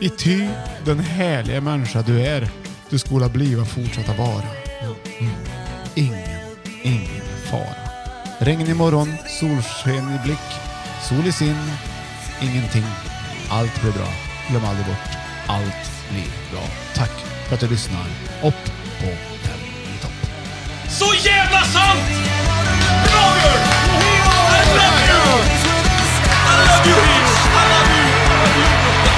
S2: I ty den härliga människa du är, du skola bliva fortsätta vara. Ingen, ingen fara. Regn imorgon, solsken i blick, sol i sin, ingenting. Allt blir bra. Glöm aldrig bort, allt blir bra. Tack för att du lyssnar. Upp på fem i topp.
S3: Så jävla sant! Bra Björn! I love you! I love you Reeves! I love you!